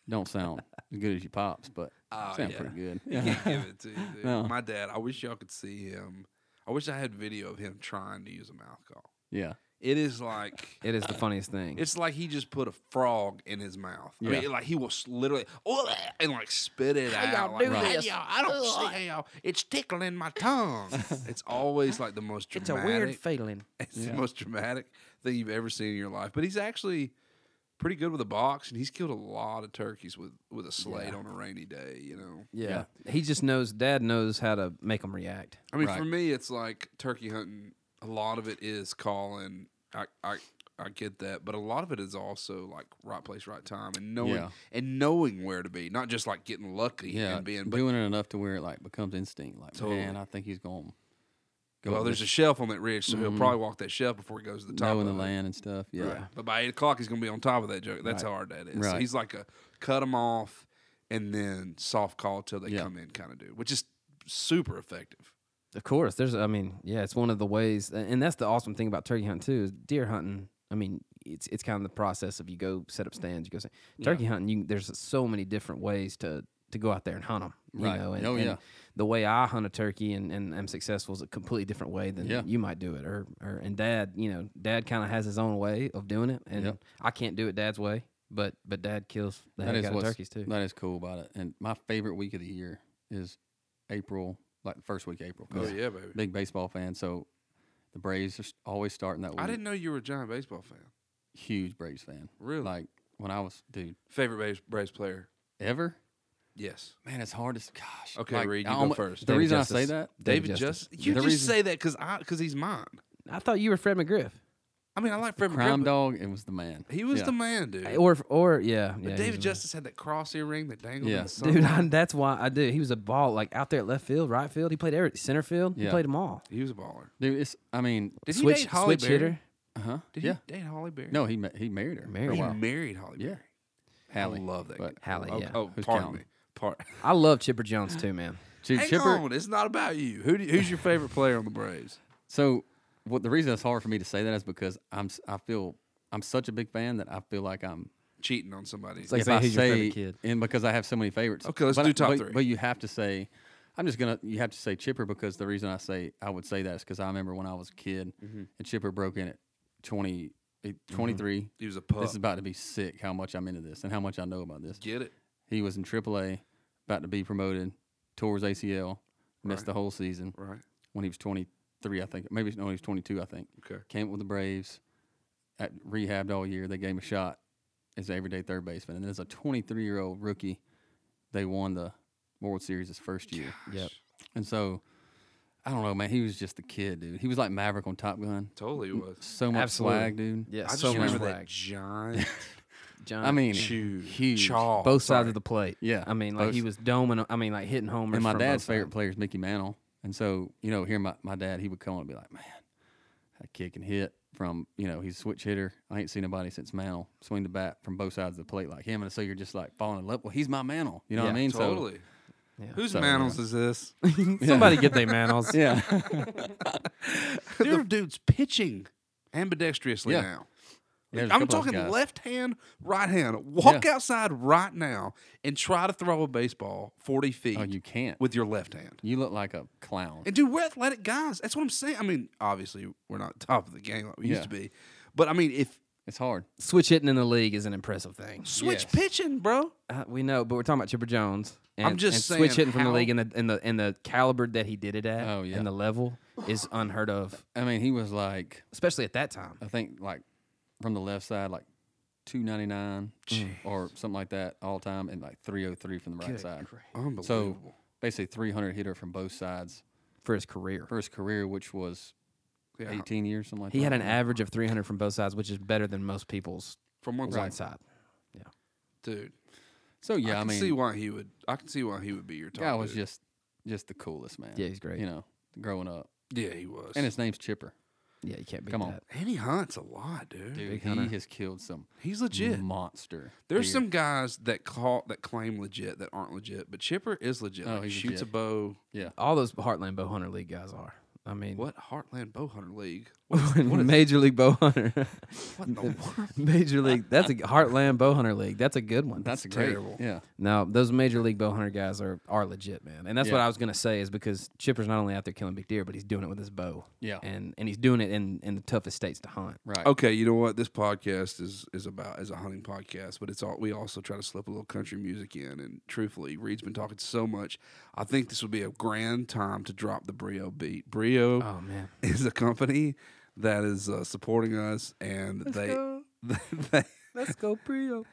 D: don't sound as good as your pops, but
A: Oh,
D: sound
A: yeah.
D: pretty good.
A: Can't give it to you. dude.
D: No.
A: My dad. I wish y'all could see him. I wish I had video of him trying to use a mouth call.
D: yeah.
A: It is like
B: It is the funniest thing.
A: It's like he just put a frog in his mouth. I mean,
D: Yeah.
A: like he will s- literally "Ugh," and like spit it out. like,
B: do
A: "Hey,
B: this?
A: y'all, I don't see how y'all. It's tickling my tongue. it's always like the most dramatic.
B: feeling.
A: It's
D: Yeah.
A: the most dramatic thing you've ever seen in your life. But he's actually pretty good with a box, and he's killed a lot of turkeys with with a slate on a rainy day. You know.
B: Yeah. He just knows, dad knows how to make them react.
A: I mean,
D: Right.
A: for me, it's like turkey hunting. A lot of it is calling. I, I I get that, but a lot of it is also like right place, right time, and knowing
D: Yeah.
A: and knowing where to be, not just like getting lucky
D: Yeah.
A: and being. But
D: doing it enough to where it like becomes instinct. Like,
A: Totally.
D: man, I think he's going to go
A: well,
D: up
A: there's a
D: this-
A: shelf on that ridge, so he'll probably walk that shelf before he goes to the top
D: knowing
A: of
D: the
A: it.
D: land and stuff. Yeah.
A: But by eight o'clock, he's gonna be on top of that joke. That's
D: Right.
A: how hard that is. So
D: Right.
A: he's like a cut them off and then soft call till they
D: Yeah.
A: come in kind of dude, which is super effective.
B: Of course. There's, I mean, yeah, it's one of the ways. a- And that's the awesome thing about turkey hunting, too, is deer hunting. I mean, it's it's kind of the process of you go set up stands, you go say, turkey hunting. You, there's so many different ways to, to go out there and hunt them. You
D: Right.
B: know, and,
D: Oh,
B: and
D: yeah.
B: the way I hunt a turkey and, and am successful is a completely different way than
D: Yeah.
B: you might do it. Or, or and dad, you know, dad kind of has his own way of doing it. And
D: Yep.
B: I can't do it dad's way, but but dad kills the
D: That
B: heck
D: is
B: out of
D: what's
B: turkeys, too.
D: That is cool about it. And my favorite week of the year is April, like the first week of April.
A: Oh
D: 'cause
A: yeah, baby.
D: Big baseball fan. So the Braves are s- always starting that week.
A: I didn't know you were a giant baseball fan.
D: Huge Braves fan.
A: Really?
D: Like when I was, dude,
A: Favorite Braves, Braves player?
D: ever?
A: Yes.
D: Man, it's hard as, gosh.
A: Okay,
D: like,
A: Reed, you
D: I
A: go
D: almo-
A: first.
D: The
B: David
D: reason I say
B: Justice.
D: that,
A: David,
B: David
A: Justice.
B: Justice.
A: You
D: The
A: just
D: reason-
A: say that because I because he's mine.
B: I thought you were Fred McGriff.
A: I mean, I like Fred
D: Crime
A: McGriff. but
D: Dog, it was the man.
A: He was
D: Yeah.
A: the man, dude.
B: Or or yeah,
A: but
B: oh, yeah, he
A: David
B: was-
A: Justice had that cross earring that dangled.
D: Yeah.
A: in the
D: Dude,
B: Dude,
A: sunlight.
B: I, that's why I do. He was a ball like out there at left field, right field. He played every center field. He
D: Yeah.
B: played them all.
A: he was a baller.
D: Dude, it's, I mean,
A: Did he
B: switch
A: date Holly
B: switch
A: Berry?
B: hitter.
D: uh huh.
A: Did
D: yeah.
A: he date Holly Berry?
D: No, he ma- he married her.
B: Married
D: for a
A: he
B: her.
D: while.
A: married Holly
D: Oh, Yeah.
A: Berry.
D: Hallie.
A: I love that.
D: But-
A: guy.
B: Hallie,
A: Oh,
B: yeah.
A: Oh,
D: Who's
A: pardon
D: counting?
A: me. Part.
B: I love Chipper Jones too, man.
D: Dude,
A: Hang
D: Chipper.
A: on, it's not about you. Who do, who's your favorite player on the Braves?
D: So, what the reason it's hard for me to say that is because I'm s- I feel I'm such a big fan that I feel like I'm
A: Cheating on somebody.
B: like-
D: if
B: saying
D: I
B: who's your
D: say
B: favorite kid.
D: and because I have so many favorites.
A: Okay, let's
D: but
A: do
D: I-
A: top
D: but-
A: three.
D: But you have to say I'm just gonna you have to say Chipper because the reason I say I would say that is because I remember when I was a kid
B: Mm-hmm.
D: and Chipper broke in at 20, eh, 23.
A: he was a pup.
D: This is about to be sick. How much I'm into this and how much I know about this.
A: Get it?
D: He was in AAA, about to be promoted, tore his ACL, missed
A: Right.
D: the whole season
A: Right.
D: when he was 23, I think. Maybe no, he was 22, I think.
A: Okay.
D: Came up with the Braves, at rehabbed all year. They gave him a shot as an everyday third baseman, and as a 23 year old rookie, they won the World Series his first year.
B: Yep.
D: And so, I don't know, man. He was just the kid, dude. He was like Maverick on Top Gun.
A: Totally was.
D: So much
B: Absolutely.
D: swag, dude.
B: Yeah,
A: I just
B: so much
A: remember that
B: swag.
A: giant
B: John,
D: I mean,
A: chew.
D: huge.
A: Chaw.
B: both sides of the plate.
D: Yeah,
B: I mean, like he
D: both-
B: was doming. I mean, like hitting homers.
D: And my
B: from
D: dad's
B: both sides.
D: favorite player is Mickey Mantle. And so, you know, hearing my, my dad, he would come and be like, man, that kick and hit from, you know, he's a switch hitter. I ain't seen nobody since Mantle swing the bat from both sides of the plate like him. And so you're just like falling in love. Well, he's my Mantle. You know what I
B: Yeah,
D: mean?
A: Totally.
B: Yeah.
A: Whose
D: So,
A: Mantles is this?
B: Somebody get their manals.
D: So, yeah.
A: Their dude's pitching ambidextrously
D: Yeah.
A: now.
D: Yeah, there's a couple
A: I'm
D: of those
A: talking
D: guys.
A: left hand, right hand. Walk outside right now and try to throw a baseball 40 feet
D: Oh, you can't.
A: with your left hand.
D: you look like a clown.
A: And dude, we're athletic guys. That's what I'm saying. I mean, obviously, we're not top of the game like we used
D: Yeah.
A: to be, but I mean, if
D: It's hard.
B: Switch hitting in the league is an impressive thing.
A: switch
D: Yes.
A: pitching, bro,
B: Uh, we know, but we're talking about Chipper Jones. And,
A: I'm just
B: and
A: saying
B: switch hitting from the
A: how-
B: league and the and the and the caliber that he did it at.
D: Oh, yeah.
B: and the level is unheard of,
D: I mean, he was like,
B: especially at that time.
D: I think like from the left side, like 299
B: Mm.
D: or something like that all time and like 303 from the right side. So
A: unbelievable.
D: basically 300 hitter from both sides.
B: for his career.
D: for his career, which was
A: yeah,
D: 18 years, something like
B: He
D: that.
B: had an average of 300 from both sides, which is better than most people's
A: from one
B: one
A: side,
B: side.
A: dude.
D: So yeah,
A: I
D: I,
A: can
D: mean,
A: see why he would. I can see why he would be your top.
D: guy was
A: dude.
D: just just the coolest man.
B: Yeah, he's great.
D: You know, growing up,
A: yeah, he was.
D: and his name's Chipper.
B: Yeah, you can't beat
D: Come on.
B: that.
A: and he hunts a lot, dude.
D: Dude, he has killed some
A: He's legit.
D: monster.
A: There's
D: deer.
A: some guys that call that claim legit that aren't legit, but Chipper is legit.
D: Oh,
A: Like,
D: he's
A: shoots
D: legit.
A: a bow.
D: yeah.
B: All those Heartland Bow Hunter League guys are. I mean,
A: What Heartland Bowhunter League?
B: Major League Bow Hunter.
A: What in the world?
B: Major League. That's a Heartland Bow Hunter League. That's a good one.
D: That's a great.
A: terrible.
D: Yeah,
B: No, those major league bow hunter guys are are legit, man. And that's what
D: Yeah.
B: I was gonna say is because Chipper's not only out there killing big deer, but he's doing it with his bow.
D: Yeah.
B: And and he's doing it in, in the toughest states to hunt.
D: right.
A: Okay, you know what? This podcast is is about is a hunting podcast, but it's all we also try to slip a little country music in. And truthfully, Reed's been talking so much. I think this would be a grand time to drop the Brio beat. Brio
B: Oh man.
A: is a company that is uh, supporting us, and they, they.
B: Let's go, Brio.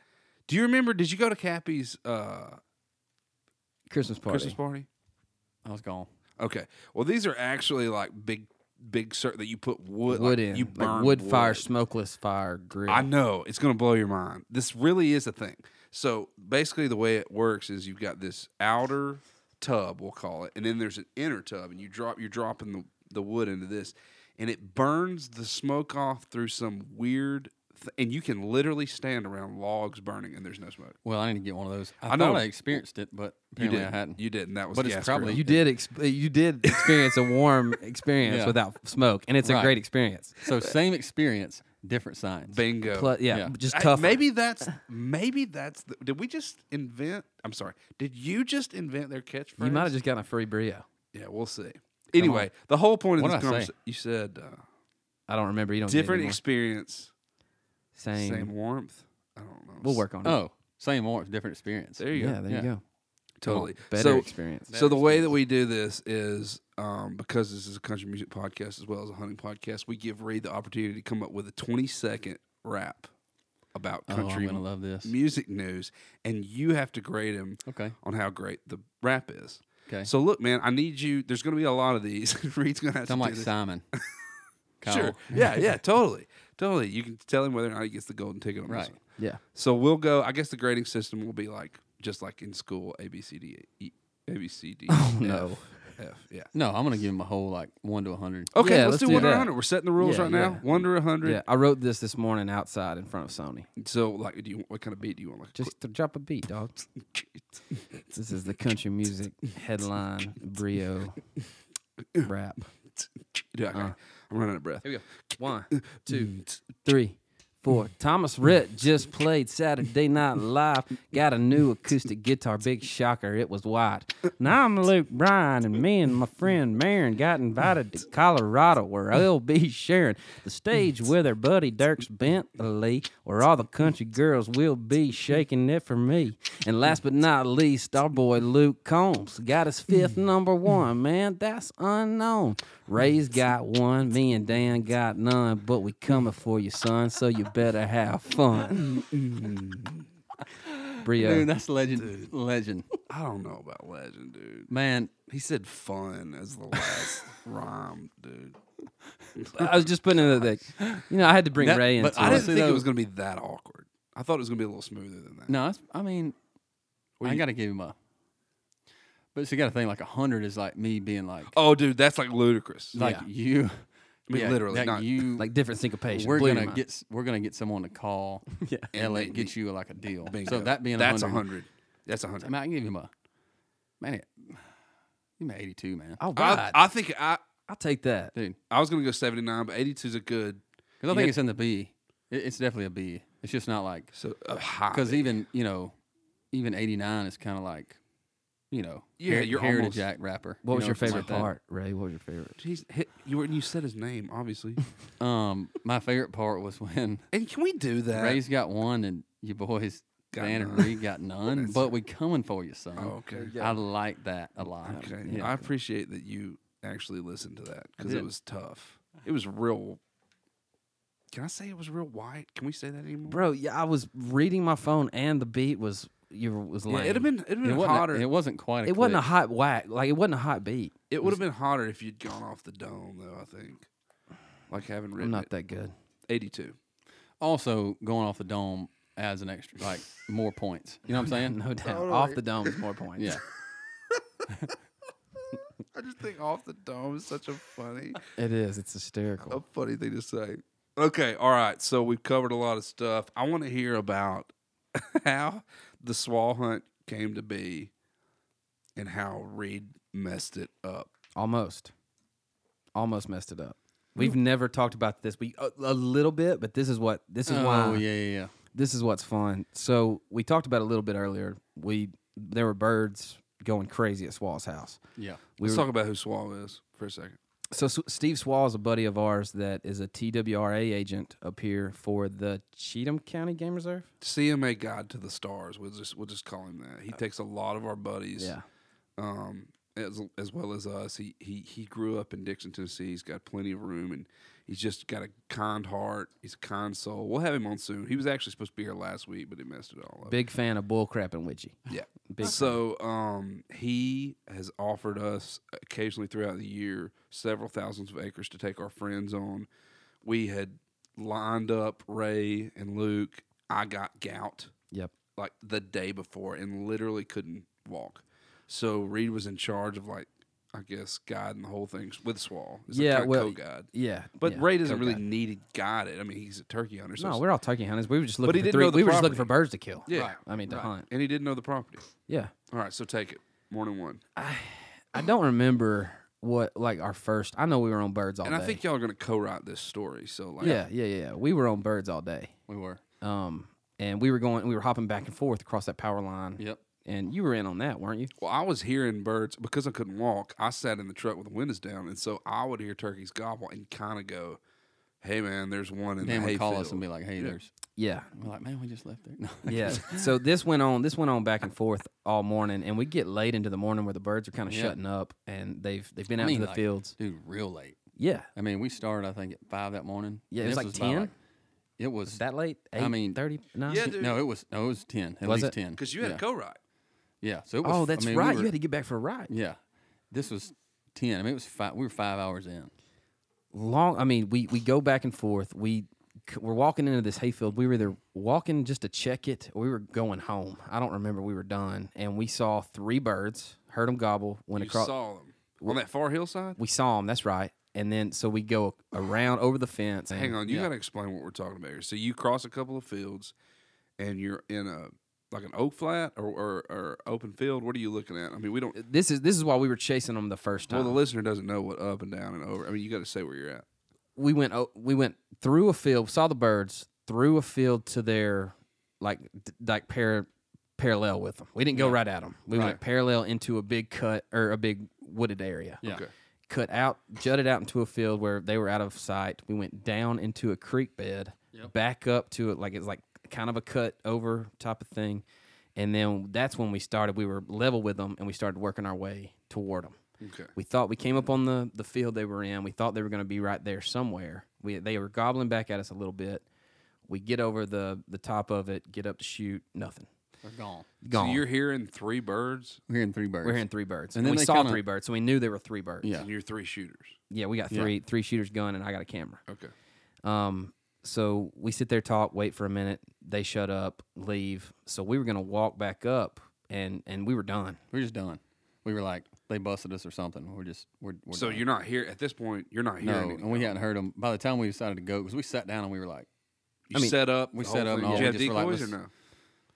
A: Do you remember? Did you go to Cappy's uh,
B: Christmas party.
A: Christmas party?
D: I was gone.
A: Okay. Well, these are actually like big, big cert that you put wood, like,
B: wood in.
A: You
B: Like
A: burn
B: wood, fire, smokeless fire grill.
A: I know it's going to blow your mind. This really is a thing. So basically, the way it works is you've got this outer tub, we'll call it, and then there's an inner tub, and you drop you're dropping the the wood into this, and it burns the smoke off through some weird. Th- and you can literally stand around logs burning, and there's no smoke.
D: Well, I need to get one of those. I,
A: I know.
D: thought I experienced it, but
A: You
D: apparently
A: didn't.
D: I hadn't.
A: You didn't. That was.
D: But it's
A: gas
D: probably-
A: grill.
B: you did exp- you did experience a warm experience
D: Yeah.
B: without smoke, and it's a
D: Right.
B: great experience.
D: so same experience, different science.
A: bingo.
B: Plus, yeah,
D: Yeah.
B: just
A: I-
B: tough.
A: Maybe that's maybe that's. The, did we just invent? I'm sorry. Did you just invent their catchphrase?
B: you might have just gotten a free Brio.
A: Yeah, we'll see. Anyway, the whole point of
D: What
A: this
D: did I say?
A: conversation, you said uh,
B: I don't remember. You don't get it
A: different
B: anymore.
A: experience,
B: same.
A: same warmth. I don't know.
B: We'll work on it.
D: Oh, same warmth, different experience.
A: There you
B: yeah,
A: go.
B: there
D: Yeah.
B: you go.
A: Totally.
B: better
A: so,
B: experience.
A: So the way that we do this is um, because this is a country music podcast as well as a hunting podcast, we give Reed the opportunity to come up with a 20 second rap about
D: Oh, I'm
A: country
D: gonna love this.
A: music news, and you have to grade him
D: Okay.
A: on how great the rap is.
D: Okay.
A: So look, man, I need you. There's going to be a lot of these. Reed's going to have
D: I'm
A: to
D: like
A: do this.
D: Simon. Cowell.
A: Sure. Yeah. Yeah. Totally. Totally. You can tell him whether or not he gets the golden ticket on this
D: Right.
A: one.
B: Yeah.
A: So we'll go. I guess the grading system will be like just like in school: A B C D E A B C D.
B: Oh, no.
A: F, yeah.
D: No, I'm gonna give him a whole like one to a hundred.
A: Okay,
B: Yeah,
A: let's,
B: let's
A: do
B: do
A: one to
B: that.
A: hundred. We're setting the rules
B: Yeah,
A: right now.
B: yeah.
A: One to hundred.
B: Yeah. I wrote this this morning outside in front of Sony.
A: So, like, do you what kind of beat do you want? Like,
B: Just to drop a beat, dog. This is the country music headline brio rap.
A: yeah,
B: Uh.
A: okay. I'm running out of breath.
B: Here we go. One, two, three, four. Thomas Rhett just played Saturday Night Live. Got a new acoustic guitar. Big shocker. It was white. Now I'm Luke Bryan, and me and my friend Marin got invited to Colorado, where I'll be sharing the stage with our buddy Dirks Bentley, where all the country girls will be shaking it for me. And last but not least, our boy Luke Combs got his fifth
D: Hmm.
B: number one, man. That's unknown. Ray's got one, me and Dan got none, but we coming for you, son, so you better have fun. Brio.
D: Dude, that's legend. Legend.
A: I don't know about legend, dude.
D: Man,
A: He said fun as the last rhyme, dude.
B: I was just putting in the thing. You know, I had to bring
D: That-
B: Ray into
D: but
A: I
D: I
B: it.
A: didn't
D: see
A: think it
D: those-
A: was gonna be that awkward. I thought it was gonna be a little smoother than that.
D: no, it's, I mean,
A: Well,
D: I
A: you-
D: gotta give him a. But so you gotta think like a hundred is like me being like,
A: Oh, dude, that's like ludicrous.
D: like
B: yeah.
D: you,
A: mean, literally,
D: like
A: not-
D: you,
B: Like different syncopation.
D: we're
B: Blew your
D: gonna
B: mind.
D: get s- we're gonna get someone to call
B: Yeah.
D: and
A: And
D: LA
A: they-
D: get you like a deal.
A: Bingo.
D: So that being
A: that's a
D: 100,
A: hundred. That's a
D: I
A: hundred.
D: mean, I can give him a man. It, you made eighty two, man.
B: All
A: I,
B: right. I,
A: I think I
B: will Oh, take that.
D: dude,
A: I was gonna go seventy nine, but eighty two is a good.
D: because I think it's in the B. It, it's definitely a B. It's just not like
A: So uh, a high.
D: because even you know, even eighty nine is kind of like, you know,
A: Yeah,
D: her-
A: you're
D: heritage
A: almost-
D: act rapper.
B: What
D: you
B: was
D: know,
B: your
D: something
B: favorite
D: like that.
B: part, Ray? What was your favorite?
A: He's hit, you were you said his name obviously.
D: Um, my favorite part was when
A: and can we do that?
D: Ray's got one and your boys
A: Got
D: Dan and
A: none.
D: Reed got none, but we coming for you, son.
A: Oh, okay.
D: I like that a lot.
A: Okay. I appreciate that you actually listened to that because it
D: did.
A: was tough. It was real. Can I say it was real white? Can we say that anymore?
B: Bro, yeah, I was reading my phone and the beat was you were- was
A: yeah,
B: lame.
A: it'd have been it'd have
D: It
A: been
D: wasn't,
A: hotter.
D: a, it wasn't quite a
B: it wasn't a
D: click.
B: hot whack. Like it wasn't a hot beat.
A: it would have been hotter if you'd gone off the dome though. I think, like having
B: I'm
A: written
B: not
A: it.
B: that good.
A: eighty-two.
D: also going off the dome as an extra like more points. You know what I'm saying?
B: No doubt. Off the dome is more points.
D: Yeah.
A: I just think off the dome is such a funny,
B: It is. It's
A: a
B: hysterical.
A: funny thing to say. Okay, all right. So we've covered a lot of stuff. I want to hear about how the swall hunt came to be, and how Reed messed it up.
B: Almost. Almost messed it up. We've never talked about this. We uh, a, a little bit, but this is what this is
D: oh
B: why
D: yeah, yeah, yeah.
B: this is what's fun. So we talked about it a little bit earlier. We there were birds going crazy at Swall's house.
D: Yeah.
B: We
A: Let's
B: were-
A: talk about who Swall is for a second.
B: So S- Steve Swall is a buddy of ours that is a TWRA agent up here for the Cheatham County Game Reserve.
A: CMA Guide to the Stars. We'll just we'll just call him that.
B: Uh,
A: He takes a lot of our buddies, um, as as well as us. He he he grew up in Dixon, Tennessee. He's got plenty of room, and he's just got a kind heart. He's a kind soul. We'll have him on soon. He was actually supposed to be here last week, but he messed it all up.
B: big fan of bullcrap and witchy.
A: Yeah.
B: Big
A: so um, he has offered us occasionally throughout the year several thousands of acres to take our friends on. We had lined up Ray and Luke. I got gout
B: Yep.
A: like the day before and literally couldn't walk. So Reed was in charge of like I guess guiding the whole thing with Swall. He's like
B: Yeah,
A: kinda
B: well,
A: co-guide.
B: Yeah.
A: But
B: yeah,
A: Ray doesn't
B: go
A: really
B: guide.
A: need to guide it. I mean, he's a turkey hunter. So
B: No,
A: it's-
B: we're all turkey hunters. We were just
A: he
B: looking. For
A: didn't
B: three,
A: know the
B: we were just looking
A: property.
B: for birds to kill.
A: yeah,
B: I mean to hunt.
A: and he didn't know the property.
B: Yeah.
A: All right, so take it. Morning one.
B: I don't remember what like our first. I know we were on birds all
A: And
B: day.
A: I think y'all are gonna co-write this story. So like,
B: yeah, yeah, yeah, yeah. We were on birds all day.
D: We were.
B: Um, and we were going. We were hopping back and forth across that power line.
D: Yep.
B: And you were in on that, weren't you?
A: Well, I was hearing birds because I couldn't walk. I sat in the truck with the windows down, and so I would hear turkeys gobble and kind of go, hey man, there's one in
D: Dan
A: the
D: would call us
A: hayfield."
D: and be like, "Hey,
A: Yeah.
D: there's."
B: Yeah.
D: We're like, "Man, we just left there." No,
B: Yeah. so this went on. This went on back and forth all morning, and we get late into the morning where the birds are kind of
D: Yeah.
B: shutting up, and they've they've been
D: I
B: out
D: mean,
B: to the
D: like,
B: fields.
D: dude, real late.
B: Yeah.
D: I mean, we started I think at five that morning.
B: Yeah, it
D: and
B: was
D: this
B: like
D: by,
B: 10?
D: it was
B: That late?
D: I
B: 8,
D: mean-
B: 30, nine?
A: Yeah, dude.
D: no, it was no, it was ten at
B: Was
D: least
B: it?
D: ten
A: Because you had
D: yeah.
A: a co-ride.
D: Yeah, so it was.
B: Oh,
D: I
B: that's
D: mean, we
B: right.
D: were-
B: you had to get back for a ride.
D: yeah, this was ten. I mean, it was five. We were five hours in.
B: long. I mean, we we go back and forth. We c- we're walking into this hayfield. We were either walking just to check it, or we were going home. I don't remember. We were done, and we saw three birds. Heard them gobble. Went
A: You
B: across.
A: saw them on that far hillside.
B: we saw them. That's right. And then so we go around over the fence. and-
A: Hang on, you
D: Yeah.
A: got to explain what we're talking about here. So you cross a couple of fields, and you're in a like an oak flat or or, or open field. What are you looking at? I mean, we don't.
B: This is this is why we were chasing them the first time.
A: Well, the listener doesn't know what up and down and over. I mean, you got to say where you're at.
B: we went o- we went through a field, saw the birds through a field to their like d- like par- parallel with them. We didn't go right at them. We went
D: Right.
B: parallel into a big cut or a big wooded area.
D: Yeah,
A: Okay.
B: Cut out, jutted out into a field where they were out of sight. We went down into a creek bed, back up to it like it's like kind of a cut over type of thing. And then that's when we started. We were level with them, and we started working our way toward them.
A: Okay.
B: We thought we came up on the, the field they were in. We thought they were going to be right there somewhere. We they were gobbling back at us a little bit. We get over the the top of it, get up to shoot, nothing.
D: they're gone.
B: Gone.
A: So you're hearing three birds
D: We're hearing three birds.
B: we're hearing three birds, and,
D: And then
B: we
D: they
B: saw
D: kinda-
B: three birds, so we knew there were three birds.
D: Yeah.
A: and you're three shooters.
B: yeah, we got three three shooters gun, and I got a camera.
A: Okay.
B: Um, so we sit there, talk, wait for a minute. They shut up, leave. So we were going to walk back up, and and we were done.
D: We're just done. We were like, they busted us or something. We're just we're, we're
A: So
D: done.
A: you're not here at this point. You're not
D: no,
A: hearing.
D: and
A: anything.
D: we hadn't heard them. By the time we decided to go, because we sat down and we were like,
A: You set up.
D: we
A: the
D: set
A: whole
D: up and
A: thing.
D: all,
A: Did
D: we
A: you have
D: just were like,
A: decoys or
D: let's-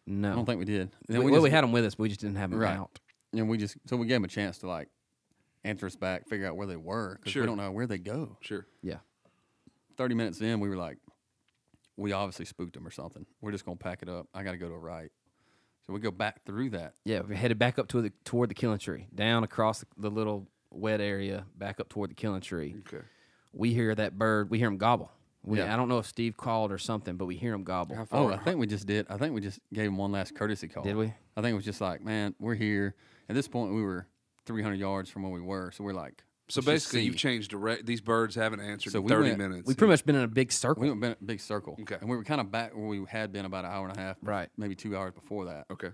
A: no?
B: No,
D: I don't think we did. And
B: we,
D: then we,
B: well,
D: just,
B: we had them with us, but we just didn't have them
D: Right.
B: out.
D: and we just so we gave them a chance to like answer us back, figure out where they were, because
A: Sure.
D: we don't know where they go.
A: Sure.
B: Yeah,
D: Thirty minutes in, we were like, we obviously spooked them or something. We're just gonna pack it up. I got to go to a right. So we go back through that.
B: Yeah, we headed back up to the toward the killing tree, down across the, the little wet area, back up toward the killing tree.
A: Okay.
B: We hear that bird. We hear him gobble. We,
D: Yeah.
B: I don't know if Steve called or something, but we hear him gobble.
A: How far?
D: Oh, I think we just did. I think we just gave them one last courtesy call.
B: Did we?
D: I think it was just like, man, we're here. At this point, we were 300 yards from where we were, so we're like,
A: so
D: let's just
A: basically, you've
D: see.
A: changed direct. These birds haven't answered
D: So
A: in
D: we
A: 30
D: went-
A: minutes.
B: we pretty much been in a big circle.
D: We went in a big circle.
A: Okay.
D: And we were kind of back where we had been about an hour and a half,
B: Right.
D: Maybe two hours before that.
A: okay.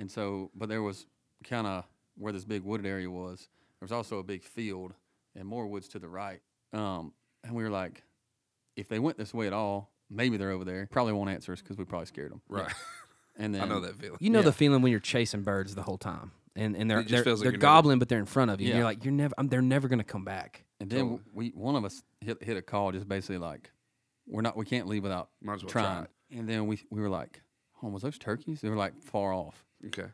D: And so, but there was kind of where this big wooded area was. There was also a big field and more woods to the right. Um, and we were like, if they went this way at all, maybe they're over there. Probably won't answer us because we probably scared them.
A: Right.
D: And then
A: I know that feeling.
B: you know
D: yeah.
B: the feeling when you're chasing birds the whole time, and and they're
A: It just
B: they're,
A: feels like
B: they're
A: you're never-
B: gobbling, but they're in front of you. And
D: Yeah.
B: you're like, you're never. I'm, they're never gonna come back.
D: And then w- we one of us hit hit a call just basically like we're not we can't leave without
A: Might as well try
D: trying. And then we we were like, "Oh, was those turkeys?" They were like far off.
A: Okay.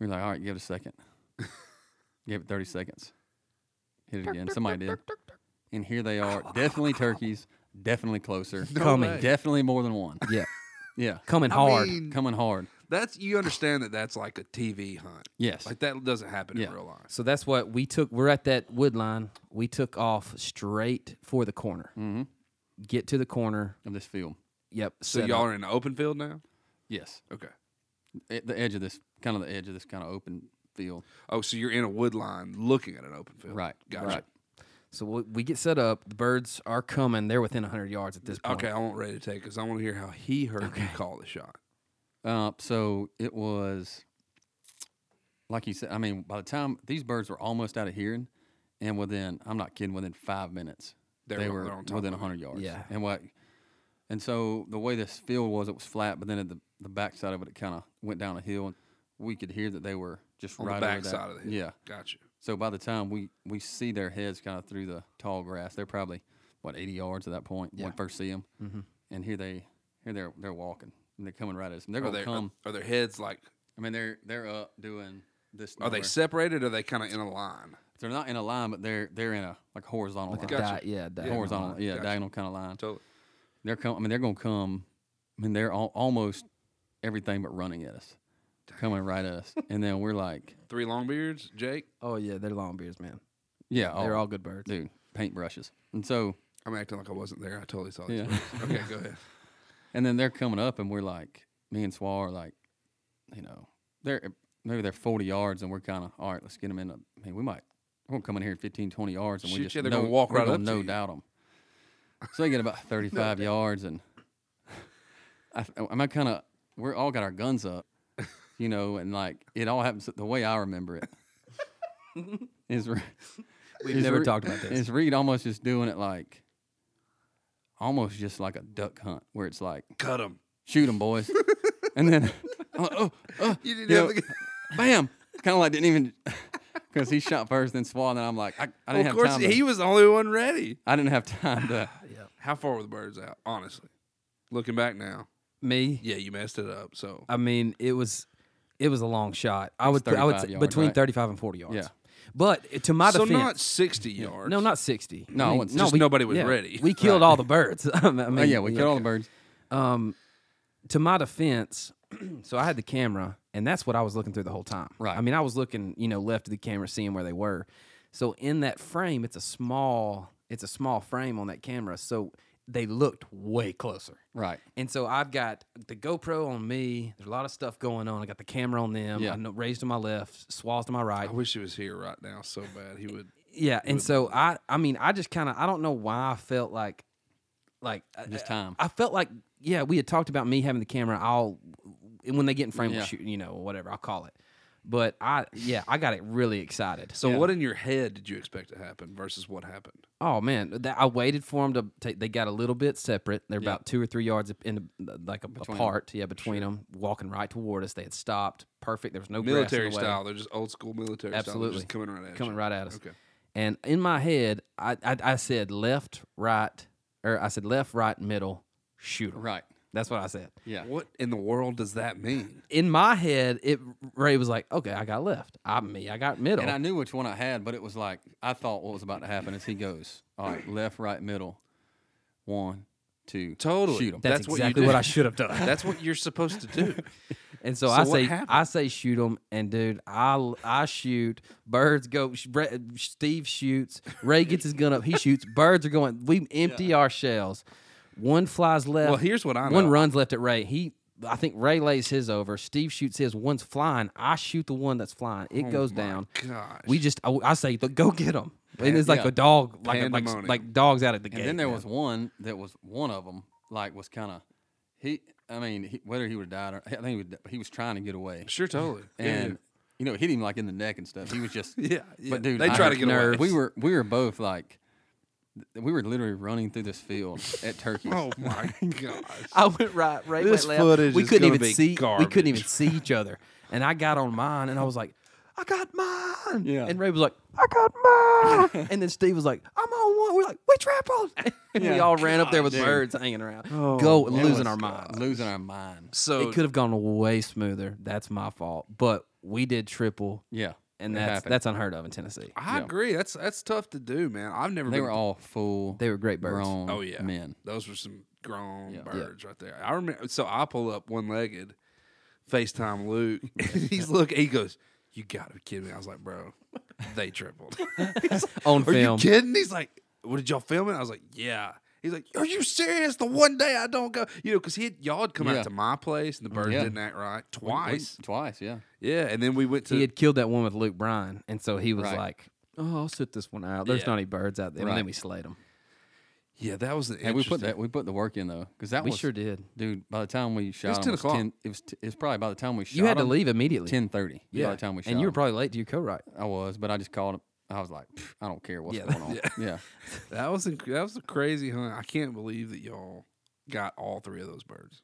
D: We were like, "All right, give it a second. Give it thirty seconds. Hit it again. Somebody did. And here they are. Definitely turkeys. Definitely closer.
B: Coming. way.
D: Definitely more than one.
B: Yeah,
D: Yeah,
B: coming
A: I
B: hard.
A: mean,
D: coming hard.
A: that's you understand that that's like a TV hunt.
D: Yes.
A: Like that doesn't happen
D: Yeah.
A: in real life.
B: so that's what we took. We're at that wood line. We took off straight for the corner. Mm-hmm. Get to the corner.
D: Of this field.
B: Yep.
A: So
B: set
A: y'all
B: up.
A: are in the open field now.
D: Yes.
A: Okay.
D: At the edge of this kind of the edge of this kind of open field.
A: Oh, so you're in a wood line looking at an open field.
D: Right.
A: Gotcha.
D: Right.
B: So we, we get set up. The birds are coming. They're within 100 yards at this point.
A: Okay, I want Ray to take because I want to hear how he heard you call the shot.
D: Uh, so it was, like you said. I mean, by the time these birds were almost out of hearing, and within I'm not kidding, within five minutes
A: They're-
D: they
A: they're
D: were
A: on top
D: within
A: of it.
D: 100 yards.
B: Yeah.
D: and what? And so the way this field was, it was flat, but then at the the backside of it, it kind of went down a hill, and we could hear that they were just
A: On
D: right
A: the
D: over
A: back
D: that-
A: side of the hill.
D: Yeah.
A: Gotcha.
D: So by the time we we see their heads kind of through the tall grass, they're probably what 80 yards at that point when we first see them. Mm-hmm. And here they here they're they're walking. And they're coming right at us. And they're
A: Are
D: gonna
A: they
D: come.
A: are their heads like
D: I mean, they're they're up doing this.
A: are they
D: nowhere.
A: separated or are they kind of in a line?
D: They're not in a line, but they're they're in a like horizontal line.
A: gotcha.
B: Di- yeah, diagonal
D: horizontal,
B: line.
D: yeah,
A: Gotcha.
D: diagonal kind of line.
A: Totally.
D: They're come. I mean, they're gonna come. I mean, they're all, almost everything but running at us, coming right at us. and then we're like,
A: Three long beards, Jake.
B: Oh, yeah, they're long beards, man.
D: yeah,
B: They're all good birds.
D: dude paintbrushes. And so
A: I'm acting like I wasn't there. I totally saw this.
D: Yeah.
A: place. Okay, go ahead.
D: And then they're coming up, and we're like, me and Swar are like, you know, they're maybe they're 40 yards, and we're kind of, all right, let's get them in. A, man, we might, we're going to come in here at 15, 20 yards, and we
A: Shit,
D: just,
A: yeah, they're
D: no,
A: gonna walk
D: we're
A: right
D: gonna
A: up to
D: no
A: you.
D: doubt them. So they get about 35 yards, and I, am I kind of, we're all got our guns up, you know, and like, it all happens the way I remember it. is re-
B: We've
D: is
B: never
D: re-
B: talked about this.
D: Is Reed almost just doing it like, almost just like a duck hunt, where it's like,
A: Cut them.
D: shoot them, boys. and then, I'm like, oh, oh,
A: You didn't
D: you
A: have
D: know,
A: to get-
D: bam. Kind of like didn't even, because he shot first, then swat, and then I'm like, I, I
A: Well,
D: didn't
A: of
D: have
A: course,
D: time.
A: he
D: to,
A: was the only one ready.
D: I didn't have time to.
A: How far were the birds out? Honestly, looking back now,
B: Me?
A: yeah, you messed it up. So
B: I mean, it was it was a long shot. I would I would
D: 35
B: say
D: yards,
B: between
D: right?
B: 35 and 40 yards.
D: Yeah.
B: But eh, to my
A: so
B: defense,
A: not 60 yards.
B: no, not 60.
D: No, I wouldn't say-
A: Just nobody was
B: yeah,
A: ready.
B: We killed all the birds. I mean,
D: Oh, yeah, we killed all the birds.
B: Um, to my defense, so I had the camera, and that's what I was looking through the whole time.
D: Right.
B: I mean, I was looking, you know, left of the camera, seeing where they were. So in that frame, it's a small, it's a small frame on that camera. So they looked way closer.
D: Right.
B: And so I've got the GoPro on me. There's a lot of stuff going on. I got the camera on them.
D: Yeah.
B: I know, raised to my left, swallows to my right.
A: I wish he was here right now so bad. He would.
B: Yeah, and so I, I mean, I just kind of, I don't know why I felt like, like uh,
D: Just
A: Uh,
B: I-
D: time.
B: I felt like, yeah, we had talked about me having the camera. I'll, and when they get in frame,
D: Yeah.
B: we'll shoot, you know, or whatever. I'll call it. But I, yeah, I got it really excited.
A: So
D: Yeah.
A: what in your head did you expect to happen versus what happened?
B: Oh man, that, I waited for them to take. They got a little bit separate. They're
D: Yeah.
B: about two or three yards ap- in, the, like a,
D: Between 'em.
B: apart. Yeah, between them, walking right toward us. They had stopped. Perfect. There was no
A: Military
B: grass in the way,
A: style. They're just old school military
B: Absolutely.
A: style. They're just coming right at
B: coming
A: you.
B: right at us.
A: Okay.
B: And in my head, I, I I said left, right, or I said left, right, middle, shoot 'em.
D: Right.
B: That's what I said.
D: Yeah.
A: What in the world does that mean?
B: In my head, it Ray was like, okay, I got left. I me, I got middle.
D: And I knew which one I had, but it was like, I thought what was about to happen is he goes, all right, left, right, middle. One, two,
A: Totally.
D: Shoot him.
B: that's,
A: That's what you
B: exactly
A: did.
B: what I should have done.
A: That's what you're supposed to do.
B: And so,
A: So
B: I
A: what
B: say,
A: happened?
B: I say, shoot them, and dude, I I shoot. Birds go. sh- Bre- Steve shoots. Ray gets his gun up. He shoots. Birds are going. We empty our shells. One flies left.
A: Well, here's what I
B: One
A: know.
B: runs left at Ray. He, I think Ray lays his over. Steve shoots his. One's flying. I shoot the one that's flying.
A: Oh
B: It goes down.
A: Gosh.
B: We just. I, I say, go get him. And it's like
D: yeah.
B: a dog, like like
A: Pandemonium.
B: like dogs out of the
D: And
B: gate.
D: then there
B: man.
D: was one that was one of them, like was kind of he. I mean, he, whether he would have died or I think he, would, he was trying to get away,
A: sure totally. Yeah,
D: and you know, it hit him like in the neck and stuff. He was just
A: yeah. yeah.
D: But dude,
A: they
D: I
A: try
D: had
A: to get
D: nerves.
A: away.
D: We were we were both like, th- we were literally running through this field at Turkey.
A: Oh my gosh.
B: I went right, Ray
A: This
B: went left.
A: footage
B: we
A: is
B: couldn't
A: gonna
B: even
A: be
B: see. We couldn't even
A: garbage.
B: see each other. And I got on mine, and I was like, "I got mine."
D: Yeah.
B: And Ray was like, "I got mine." and then Steve was like, "I'm on one." We're like, "We trampled." and we
D: Yeah.
B: all ran up there with
D: Dude.
B: birds hanging around, go
D: It
B: losing
D: was
B: our minds.
D: losing our minds.
A: So
B: it could have gone way smoother. That's my fault, but we did triple,
D: Yeah,
B: and
D: it
B: that's
D: happened.
B: that's unheard of in Tennessee.
A: I
D: yeah.
A: agree. That's that's tough to do, man. I've never
D: they
A: been
D: were all full.
B: They were great birds.
D: grown.
A: Oh yeah,
D: men.
A: Those were some grown
D: Yeah. Yeah.
A: birds right there. I remember. So I pull up one legged, FaceTime Luke. and he's look. He goes, "You got to be kidding me!" I was like, "Bro, they tripled." He's like,
B: On
A: Are
B: film.
A: you kidding? He's like, "What did y'all film it?" I was like, "Yeah." He's like, "Are you serious?" The one day I don't go, you know, because he had, y'all had come
D: Yeah.
A: out to my place and the birds
D: Yeah.
A: didn't act right
D: We- we-
A: twice.
D: twice. Yeah,
A: yeah, and then we went to
B: he had killed that one with Luke Bryan, and so he was
D: Right.
B: like, "Oh, I'll sit this one out. There's
A: Yeah.
B: not any birds out there." And
D: Right.
B: then we slayed them.
A: yeah. That was the
D: and we put
A: interesting-
D: that we put the work in though, because that
B: We
D: was
B: sure did.
D: dude. By the time we
A: 10
D: shot, 'em, it was
A: o'clock.
D: 10 It was t- it's probably by the time we shot.
B: You had to
D: 'em,
B: leave immediately.
D: ten thirty.
B: yeah.
D: By the time we shot,
B: and you were
D: 'em.
B: probably late to your co-write.
D: I was, but I just called him. I was like, "Pff, I don't care what's
B: Yeah,
D: going on. Yeah.
A: That was inc- that was a crazy hunt. I can't believe that y'all got all three of those birds.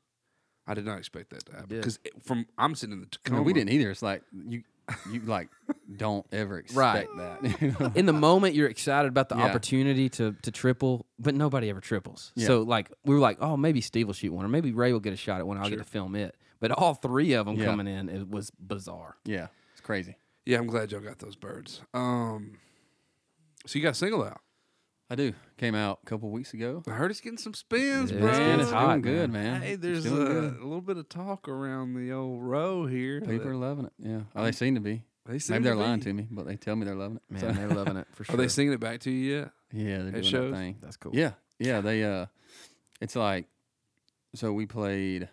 A: I did not expect that to happen
B: did.
A: because from I'm sitting in the
D: I mean,
A: Tacoma.
D: we didn't either. It's like you, you like don't ever expect
B: Right.
D: that. you know?
B: In the moment, you're excited about the
D: Yeah.
B: opportunity to to triple, but nobody ever triples.
D: Yeah.
B: So like we were like, oh, maybe Steve will shoot one, or maybe Ray will get a shot at one. I'll get to film it. But all three of them
D: Yeah.
B: coming in, it was bizarre.
D: yeah, it's crazy.
A: Yeah, I'm glad y'all got those birds. Um, so you got a single out.
D: I do. Came out a couple weeks ago.
A: I heard it's getting some spins,
B: Yeah,
A: bro.
B: it's
D: Man,
B: getting
D: it's
B: hot,
D: doing good,
A: Hey,
D: man. It's
A: there's a,
D: doing good.
A: a little bit of talk around the old row here.
D: people are loving it. Yeah, oh, they seem to be.
A: They seem
D: Maybe
A: to
D: they're lying
A: be.
D: to me, but they tell me they're loving it.
B: Man,
D: So-
B: they're loving it for sure.
A: Are they singing it back to you yet?
D: yeah, they're doing
A: shows?
D: that thing.
B: That's cool.
D: Yeah, Yeah, they uh it's like so we played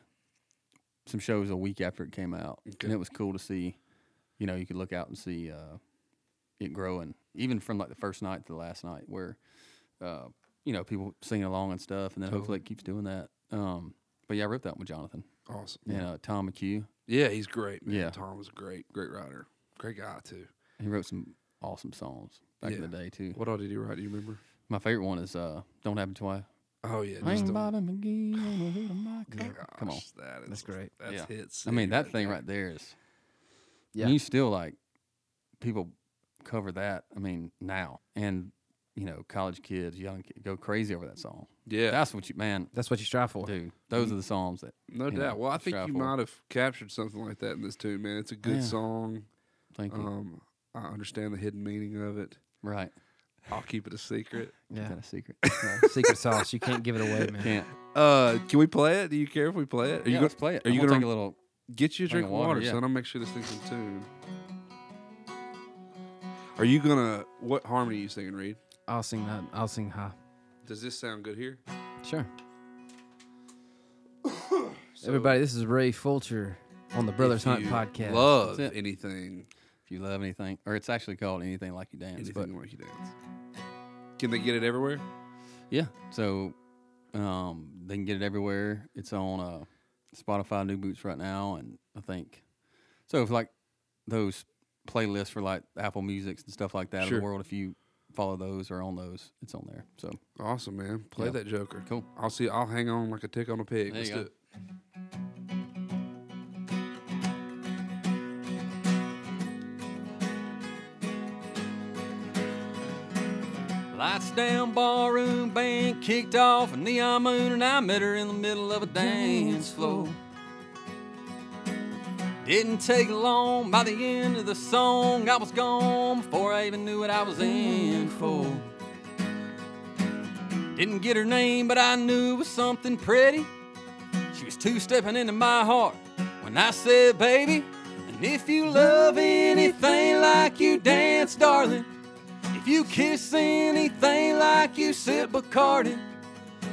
D: some shows a week after it came out.
A: Okay.
D: And it was cool to see, you know, you could look out and see uh it growing even from like the first night to the last night where uh you know, people singing along and stuff and then hopefully it keeps doing that. Um but yeah, I wrote that one with Jonathan
A: Awesome.
D: and uh Tom McHugh.
A: Yeah, he's great. Man.
D: Yeah.
A: Tom was a great, great writer. Great guy too.
D: He wrote some awesome songs back in
A: Yeah.
D: the day too.
A: What all did he write? Do you remember?
D: My favorite one is uh Don't Happen Twice.
A: Oh yeah,
D: Ring
A: just the-
D: bottom McGee on the hood of my car. Come on.
A: Oh, gosh, That is,
B: That's great.
A: That's
D: Yeah.
A: hits.
D: I mean,
A: dude,
D: that thing
A: there.
D: right there is.
B: Yeah.
D: You still like people cover that. I mean, now and you know, college kids, young kids go crazy over that song.
A: Yeah,
D: That's what you, man,
B: That's what you strive for.
D: dude. Those are the songs that
A: no
D: you know,
A: doubt. well, I think
D: strive
A: you
D: for.
A: might have captured something like that in this too, man. It's a good
D: Yeah.
A: song.
D: Thank you.
A: Um, I understand the hidden meaning of it.
D: right.
A: I'll keep it a secret.
D: Yeah.
B: Yeah.
D: a secret.
B: Secret sauce. You can't give it away, man.
D: Can't.
A: Uh, can we play it? Do you care if we play it? Are
D: Are you
A: you
D: yeah,
A: going
D: let's play it.
A: are you
D: gonna
A: gonna-
D: take a little?
A: Get you a drink
D: Drink
A: of
D: water,
A: water,
D: yeah.
A: son. I'll make sure this thing's in tune. Are you gonna? What harmony are you singing, Reed?
B: I'll sing that. I'll sing high.
A: Does this sound good here?
B: Sure.
A: So
B: Everybody, this is Ray Fulcher on the Brothers
A: if
B: Hunt
A: you
B: podcast.
A: Love
D: That's it.
A: anything,
D: If you love anything, or it's actually called anything like you dance.
A: anything like you dance. Can they get it everywhere?
D: But yeah, so um, they can get it everywhere. It's on uh, Spotify New Boots right now, and I think so. If like those playlists for like Apple Musics and stuff like that in
A: Sure.
D: the world, if you follow those or on those, it's on there. So
A: Awesome, man. Play
D: Yeah.
A: that Joker.
D: Cool.
A: I'll see. I'll hang on like a tick on a pig.
D: There
A: Let's
D: you
A: do
D: go.
A: it.
D: Lights down, barroom band kicked off a neon moon, and I met her in the middle of a dance floor. Didn't take long, by the end of the song, I was gone before I even knew what I was in for. Didn't get her name, but I knew it was something pretty. She was two stepping into my heart when I said, Baby, and if you love anything like you dance, darling. If you kiss anything like you sip Bacardi,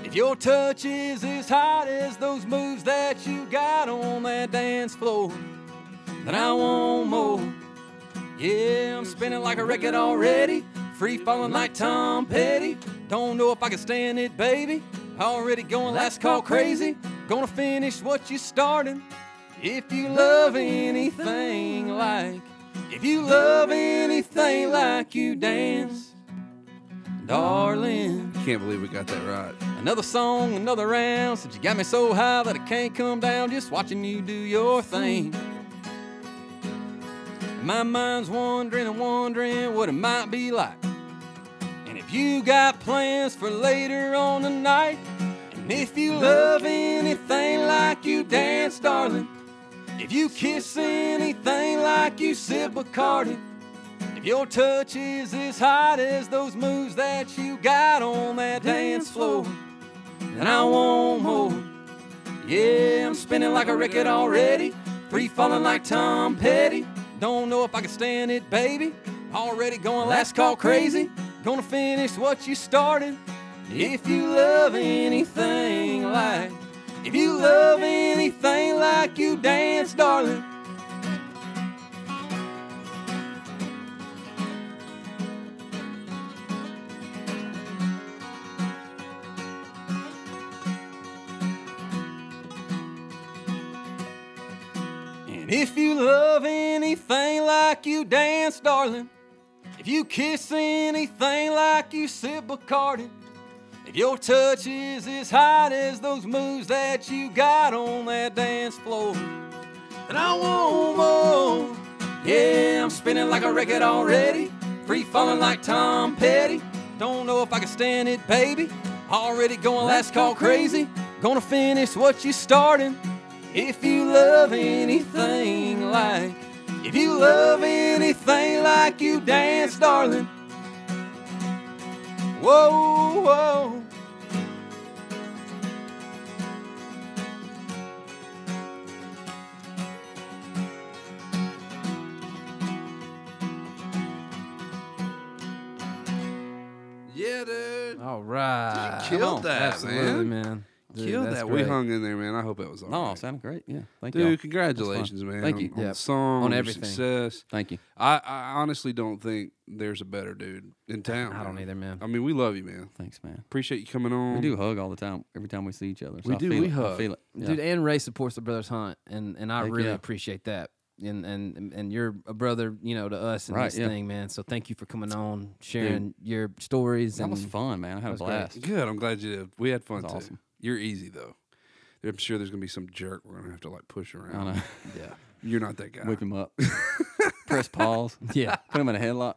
D: if your touch is as hot as those moves that you got on that dance floor, then I want more. Yeah, I'm spinning like a record already. Free falling like Tom Petty. Don't know if I can stand it, baby. Already going last call crazy. Gonna finish what you started. If you love anything like, if you love anything like you dance, darling.
A: Can't believe we got that right.
D: Another song, another round. Since you got me so high that I can't come down, just watching you do your thing. My mind's wandering and wondering what it might be like. And if you got plans for later on tonight, and if you love anything like you dance, darling, if you kiss anything like you sip Bacardi, if your touch is as hot as those moves that you got on that dance floor, then I want more. Yeah, I'm spinning like a record already. Free falling like Tom Petty. Don't know if I can stand it, baby. Already going last call crazy. Gonna finish what you started. If you love anything like, if you love anything like you dance, darling. And if you love anything like you dance, darling, if you kiss anything like you sip Bacardi, if your touch is as hot as those moves that you got on that dance floor, then I want more. Yeah, I'm spinning like a record already, free falling like Tom Petty. Don't know if I can stand it, baby. Already going last call crazy. Gonna finish what you started. If you love anything like, if you love anything like you dance, darling. Whoa, whoa.
A: Yeah, dude.
B: All right.
A: Killed
D: on.
A: that,
B: Absolutely,
A: man.
B: man. Dude,
A: Killed
B: that's
A: that. We
B: great.
A: hung in there, man. I hope that was all
D: No,
A: right.
D: sounded great. Yeah, thank you.
A: Dude, congratulations, man.
D: Thank
A: on-
D: you.
A: On
B: Yep.
A: the song,
B: On
A: your
B: everything.
A: Success.
D: Thank you.
A: I, I honestly don't think there's a better dude in town.
B: I don't either, man.
A: I mean, we love you, man.
D: Thanks, man.
A: Appreciate you coming on.
D: We do hug all the time. Every time we see each other, so
A: Um, We
D: I
A: do,
D: Feel
A: we
D: it.
A: hug.
D: I feel it. Yeah.
B: Dude, and Ray supports the Brothers Hunt, and, and I
D: Heck
B: really
D: yeah.
B: appreciate that. And, and and you're a brother, you know, to us and
D: Right,
B: this
D: yeah.
B: thing, man. So thank you for coming on, sharing your stories.
D: that
B: and
D: was fun, man. I had a
B: was great.
D: blast.
A: Good. I'm glad you did. We had fun
D: That's
A: too.
D: awesome.
A: You're easy though. I'm sure there's gonna be some jerk we're gonna have to like push
D: I
A: around.
D: know.
B: Yeah,
A: You're not that guy
D: Whip him up. Press pause.
B: yeah.
D: Put him in a headlock.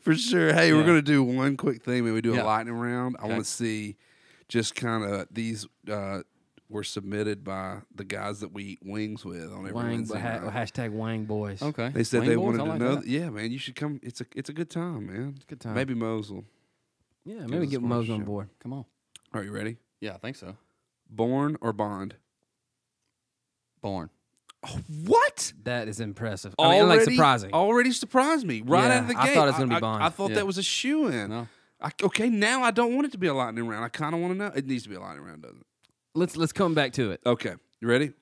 A: for sure. Hey, we're
D: Yeah.
A: gonna do one quick thing. Maybe we do a
D: Yeah.
A: lightning round. I
D: Okay.
A: want to see just kind of these uh, were submitted by the guys that we eat wings with on every
B: Wang,
A: Wednesday.
B: ha-
A: night.
B: hashtag Wang boys.
D: Okay.
A: They said
D: Wing
A: they
D: boys,
A: wanted
D: I like
A: to know.
D: that.
A: Yeah, man, you should come. It's a it's a good time, man. It's a
B: good time.
A: Maybe Mosul.
B: Yeah, maybe
A: us
B: get
A: a
B: Mo's on
A: sponsorship.
B: board.
D: Come on.
A: Are you ready?
D: Yeah, I think so.
A: Born or Bond?
D: Born.
A: What?
B: That is impressive. I mean, like surprising.
A: Already surprised me right
B: Yeah,
A: out of the
B: I
A: gate.
B: thought it was gonna be Bond.
A: I, thought
D: Yeah.
A: that was a shoe in.
D: No.
A: okay, now I don't want it to be a lightning round. I kind of want to know. It needs to be a lightning round, doesn't it?
B: Let's let's come back to it.
A: Okay, you ready?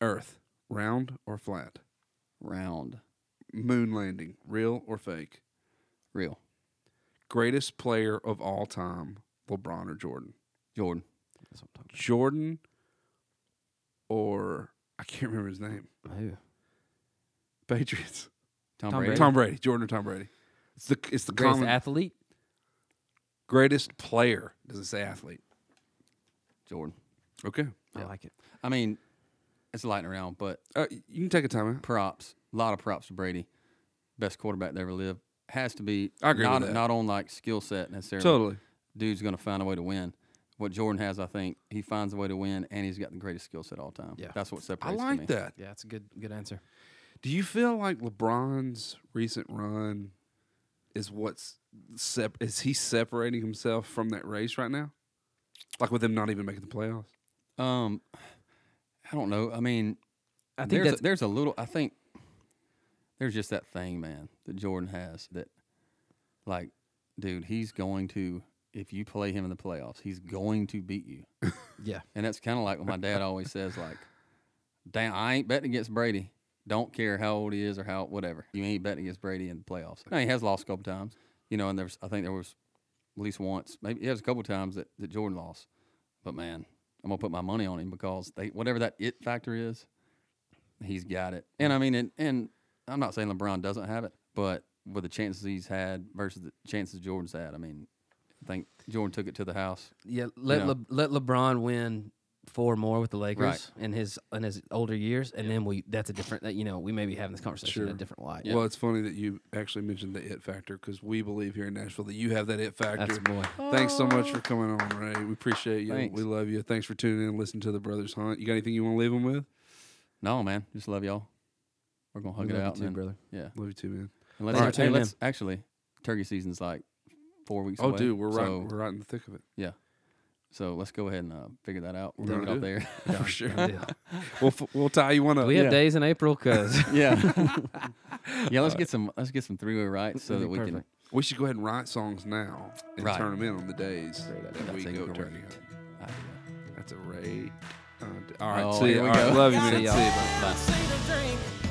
A: Earth, round or flat?
D: Round.
A: Moon landing, real or fake?
D: Real.
A: Greatest player of all time, LeBron or Jordan?
D: Jordan.
B: That's what I'm talking
A: Jordan or I can't remember his name.
B: about. Who?
A: Patriots.
D: Tom,
B: Tom
D: Brady.
A: Tom Brady, Jordan or Tom Brady. It's the it's the
B: Greatest
A: common
B: athlete.
A: greatest player. Doesn't say athlete.
D: Jordan.
A: Okay.
B: I like it.
D: I mean, it's lightning round, but
A: Uh, you can take a timeout.
D: props. A lot of props to Brady. Best quarterback that ever lived. Has to be
A: I agree with
D: not,
A: that.
D: not on like skill set necessarily.
A: Totally.
D: Dude's gonna find a way to win. What Jordan has, I think, he finds a way to win and he's got the greatest skill set all time.
B: Yeah.
D: That's what
A: I
D: separates to me.
A: like that.
B: Yeah, it's a good good answer.
A: Do you feel like LeBron's recent run is what's sep- is he separating himself from that race right now? Like with him not even making the playoffs?
D: Um I don't know. I mean,
B: I think
D: there's
B: that's
D: a, there's a little. I think there's just that thing, man, that Jordan has that, like, dude, he's going to if you play him in the playoffs, he's going to beat you,
B: yeah.
D: and that's kind of like what my dad always says, like, damn, I ain't betting against Brady. Don't care how old he is or how whatever. You ain't betting against Brady in the playoffs. Now he has lost a couple times, you know, and there's I think there was at least once, maybe yeah, it was a couple times that, that Jordan lost. But man, I'm gonna put my money on him because they whatever that it factor is, he's got it. And I mean, and, and I'm not saying LeBron doesn't have it, but with the chances he's had versus the chances Jordan's had, I mean, I think Jordan took it to the house.
B: Yeah, let
D: know.
B: Le- let LeBron win four more with the Lakers
D: Right.
B: in his in his older years, and then we that's a different that you know we may be having this conversation in a
A: Sure.
B: different light.
A: Well, it's funny that you actually mentioned the it factor because we believe here in Nashville that you have that it factor.
B: That's a boy.
A: Thanks so much for coming on, Ray. We appreciate you.
D: Thanks.
A: We love you. Thanks for tuning in and listening to the Brothers Hunt. You got anything you want to leave them with?
D: No, man, just love y'all. We're gonna hug
B: We
D: it
B: love you
D: out,
B: too,
D: man.
B: brother.
D: Yeah,
A: Love you too, man.
D: and let's,
B: All right,
D: hey,
B: tune in.
D: let's actually turkey season's like four weeks.
A: Oh,
D: away,
A: dude, we're right.
D: so-
A: we're right in the thick of it.
D: So let's go ahead and uh, figure that out. We're
A: Done
D: gonna go
A: deal.
D: out there.
A: for sure.
B: Done deal.
A: we'll f- we'll tie you one up.
B: we have
A: yeah.
B: days in April because
D: yeah, yeah. Let's get some. Let's get some three way rights so that we can.
A: We should go ahead and write songs now and
D: Right.
A: turn them in on the days
B: Great idea.
A: that we
D: That's
A: go
D: incorrect.
A: turkey hunting.
D: I-
A: That's a Ray. Uh, d- all right,
D: Oh,
A: see you.
D: here we
A: All right,
D: go.
A: love you,
B: See
A: man.
B: y'all.
A: See you. Bye.
C: Gotta have a drink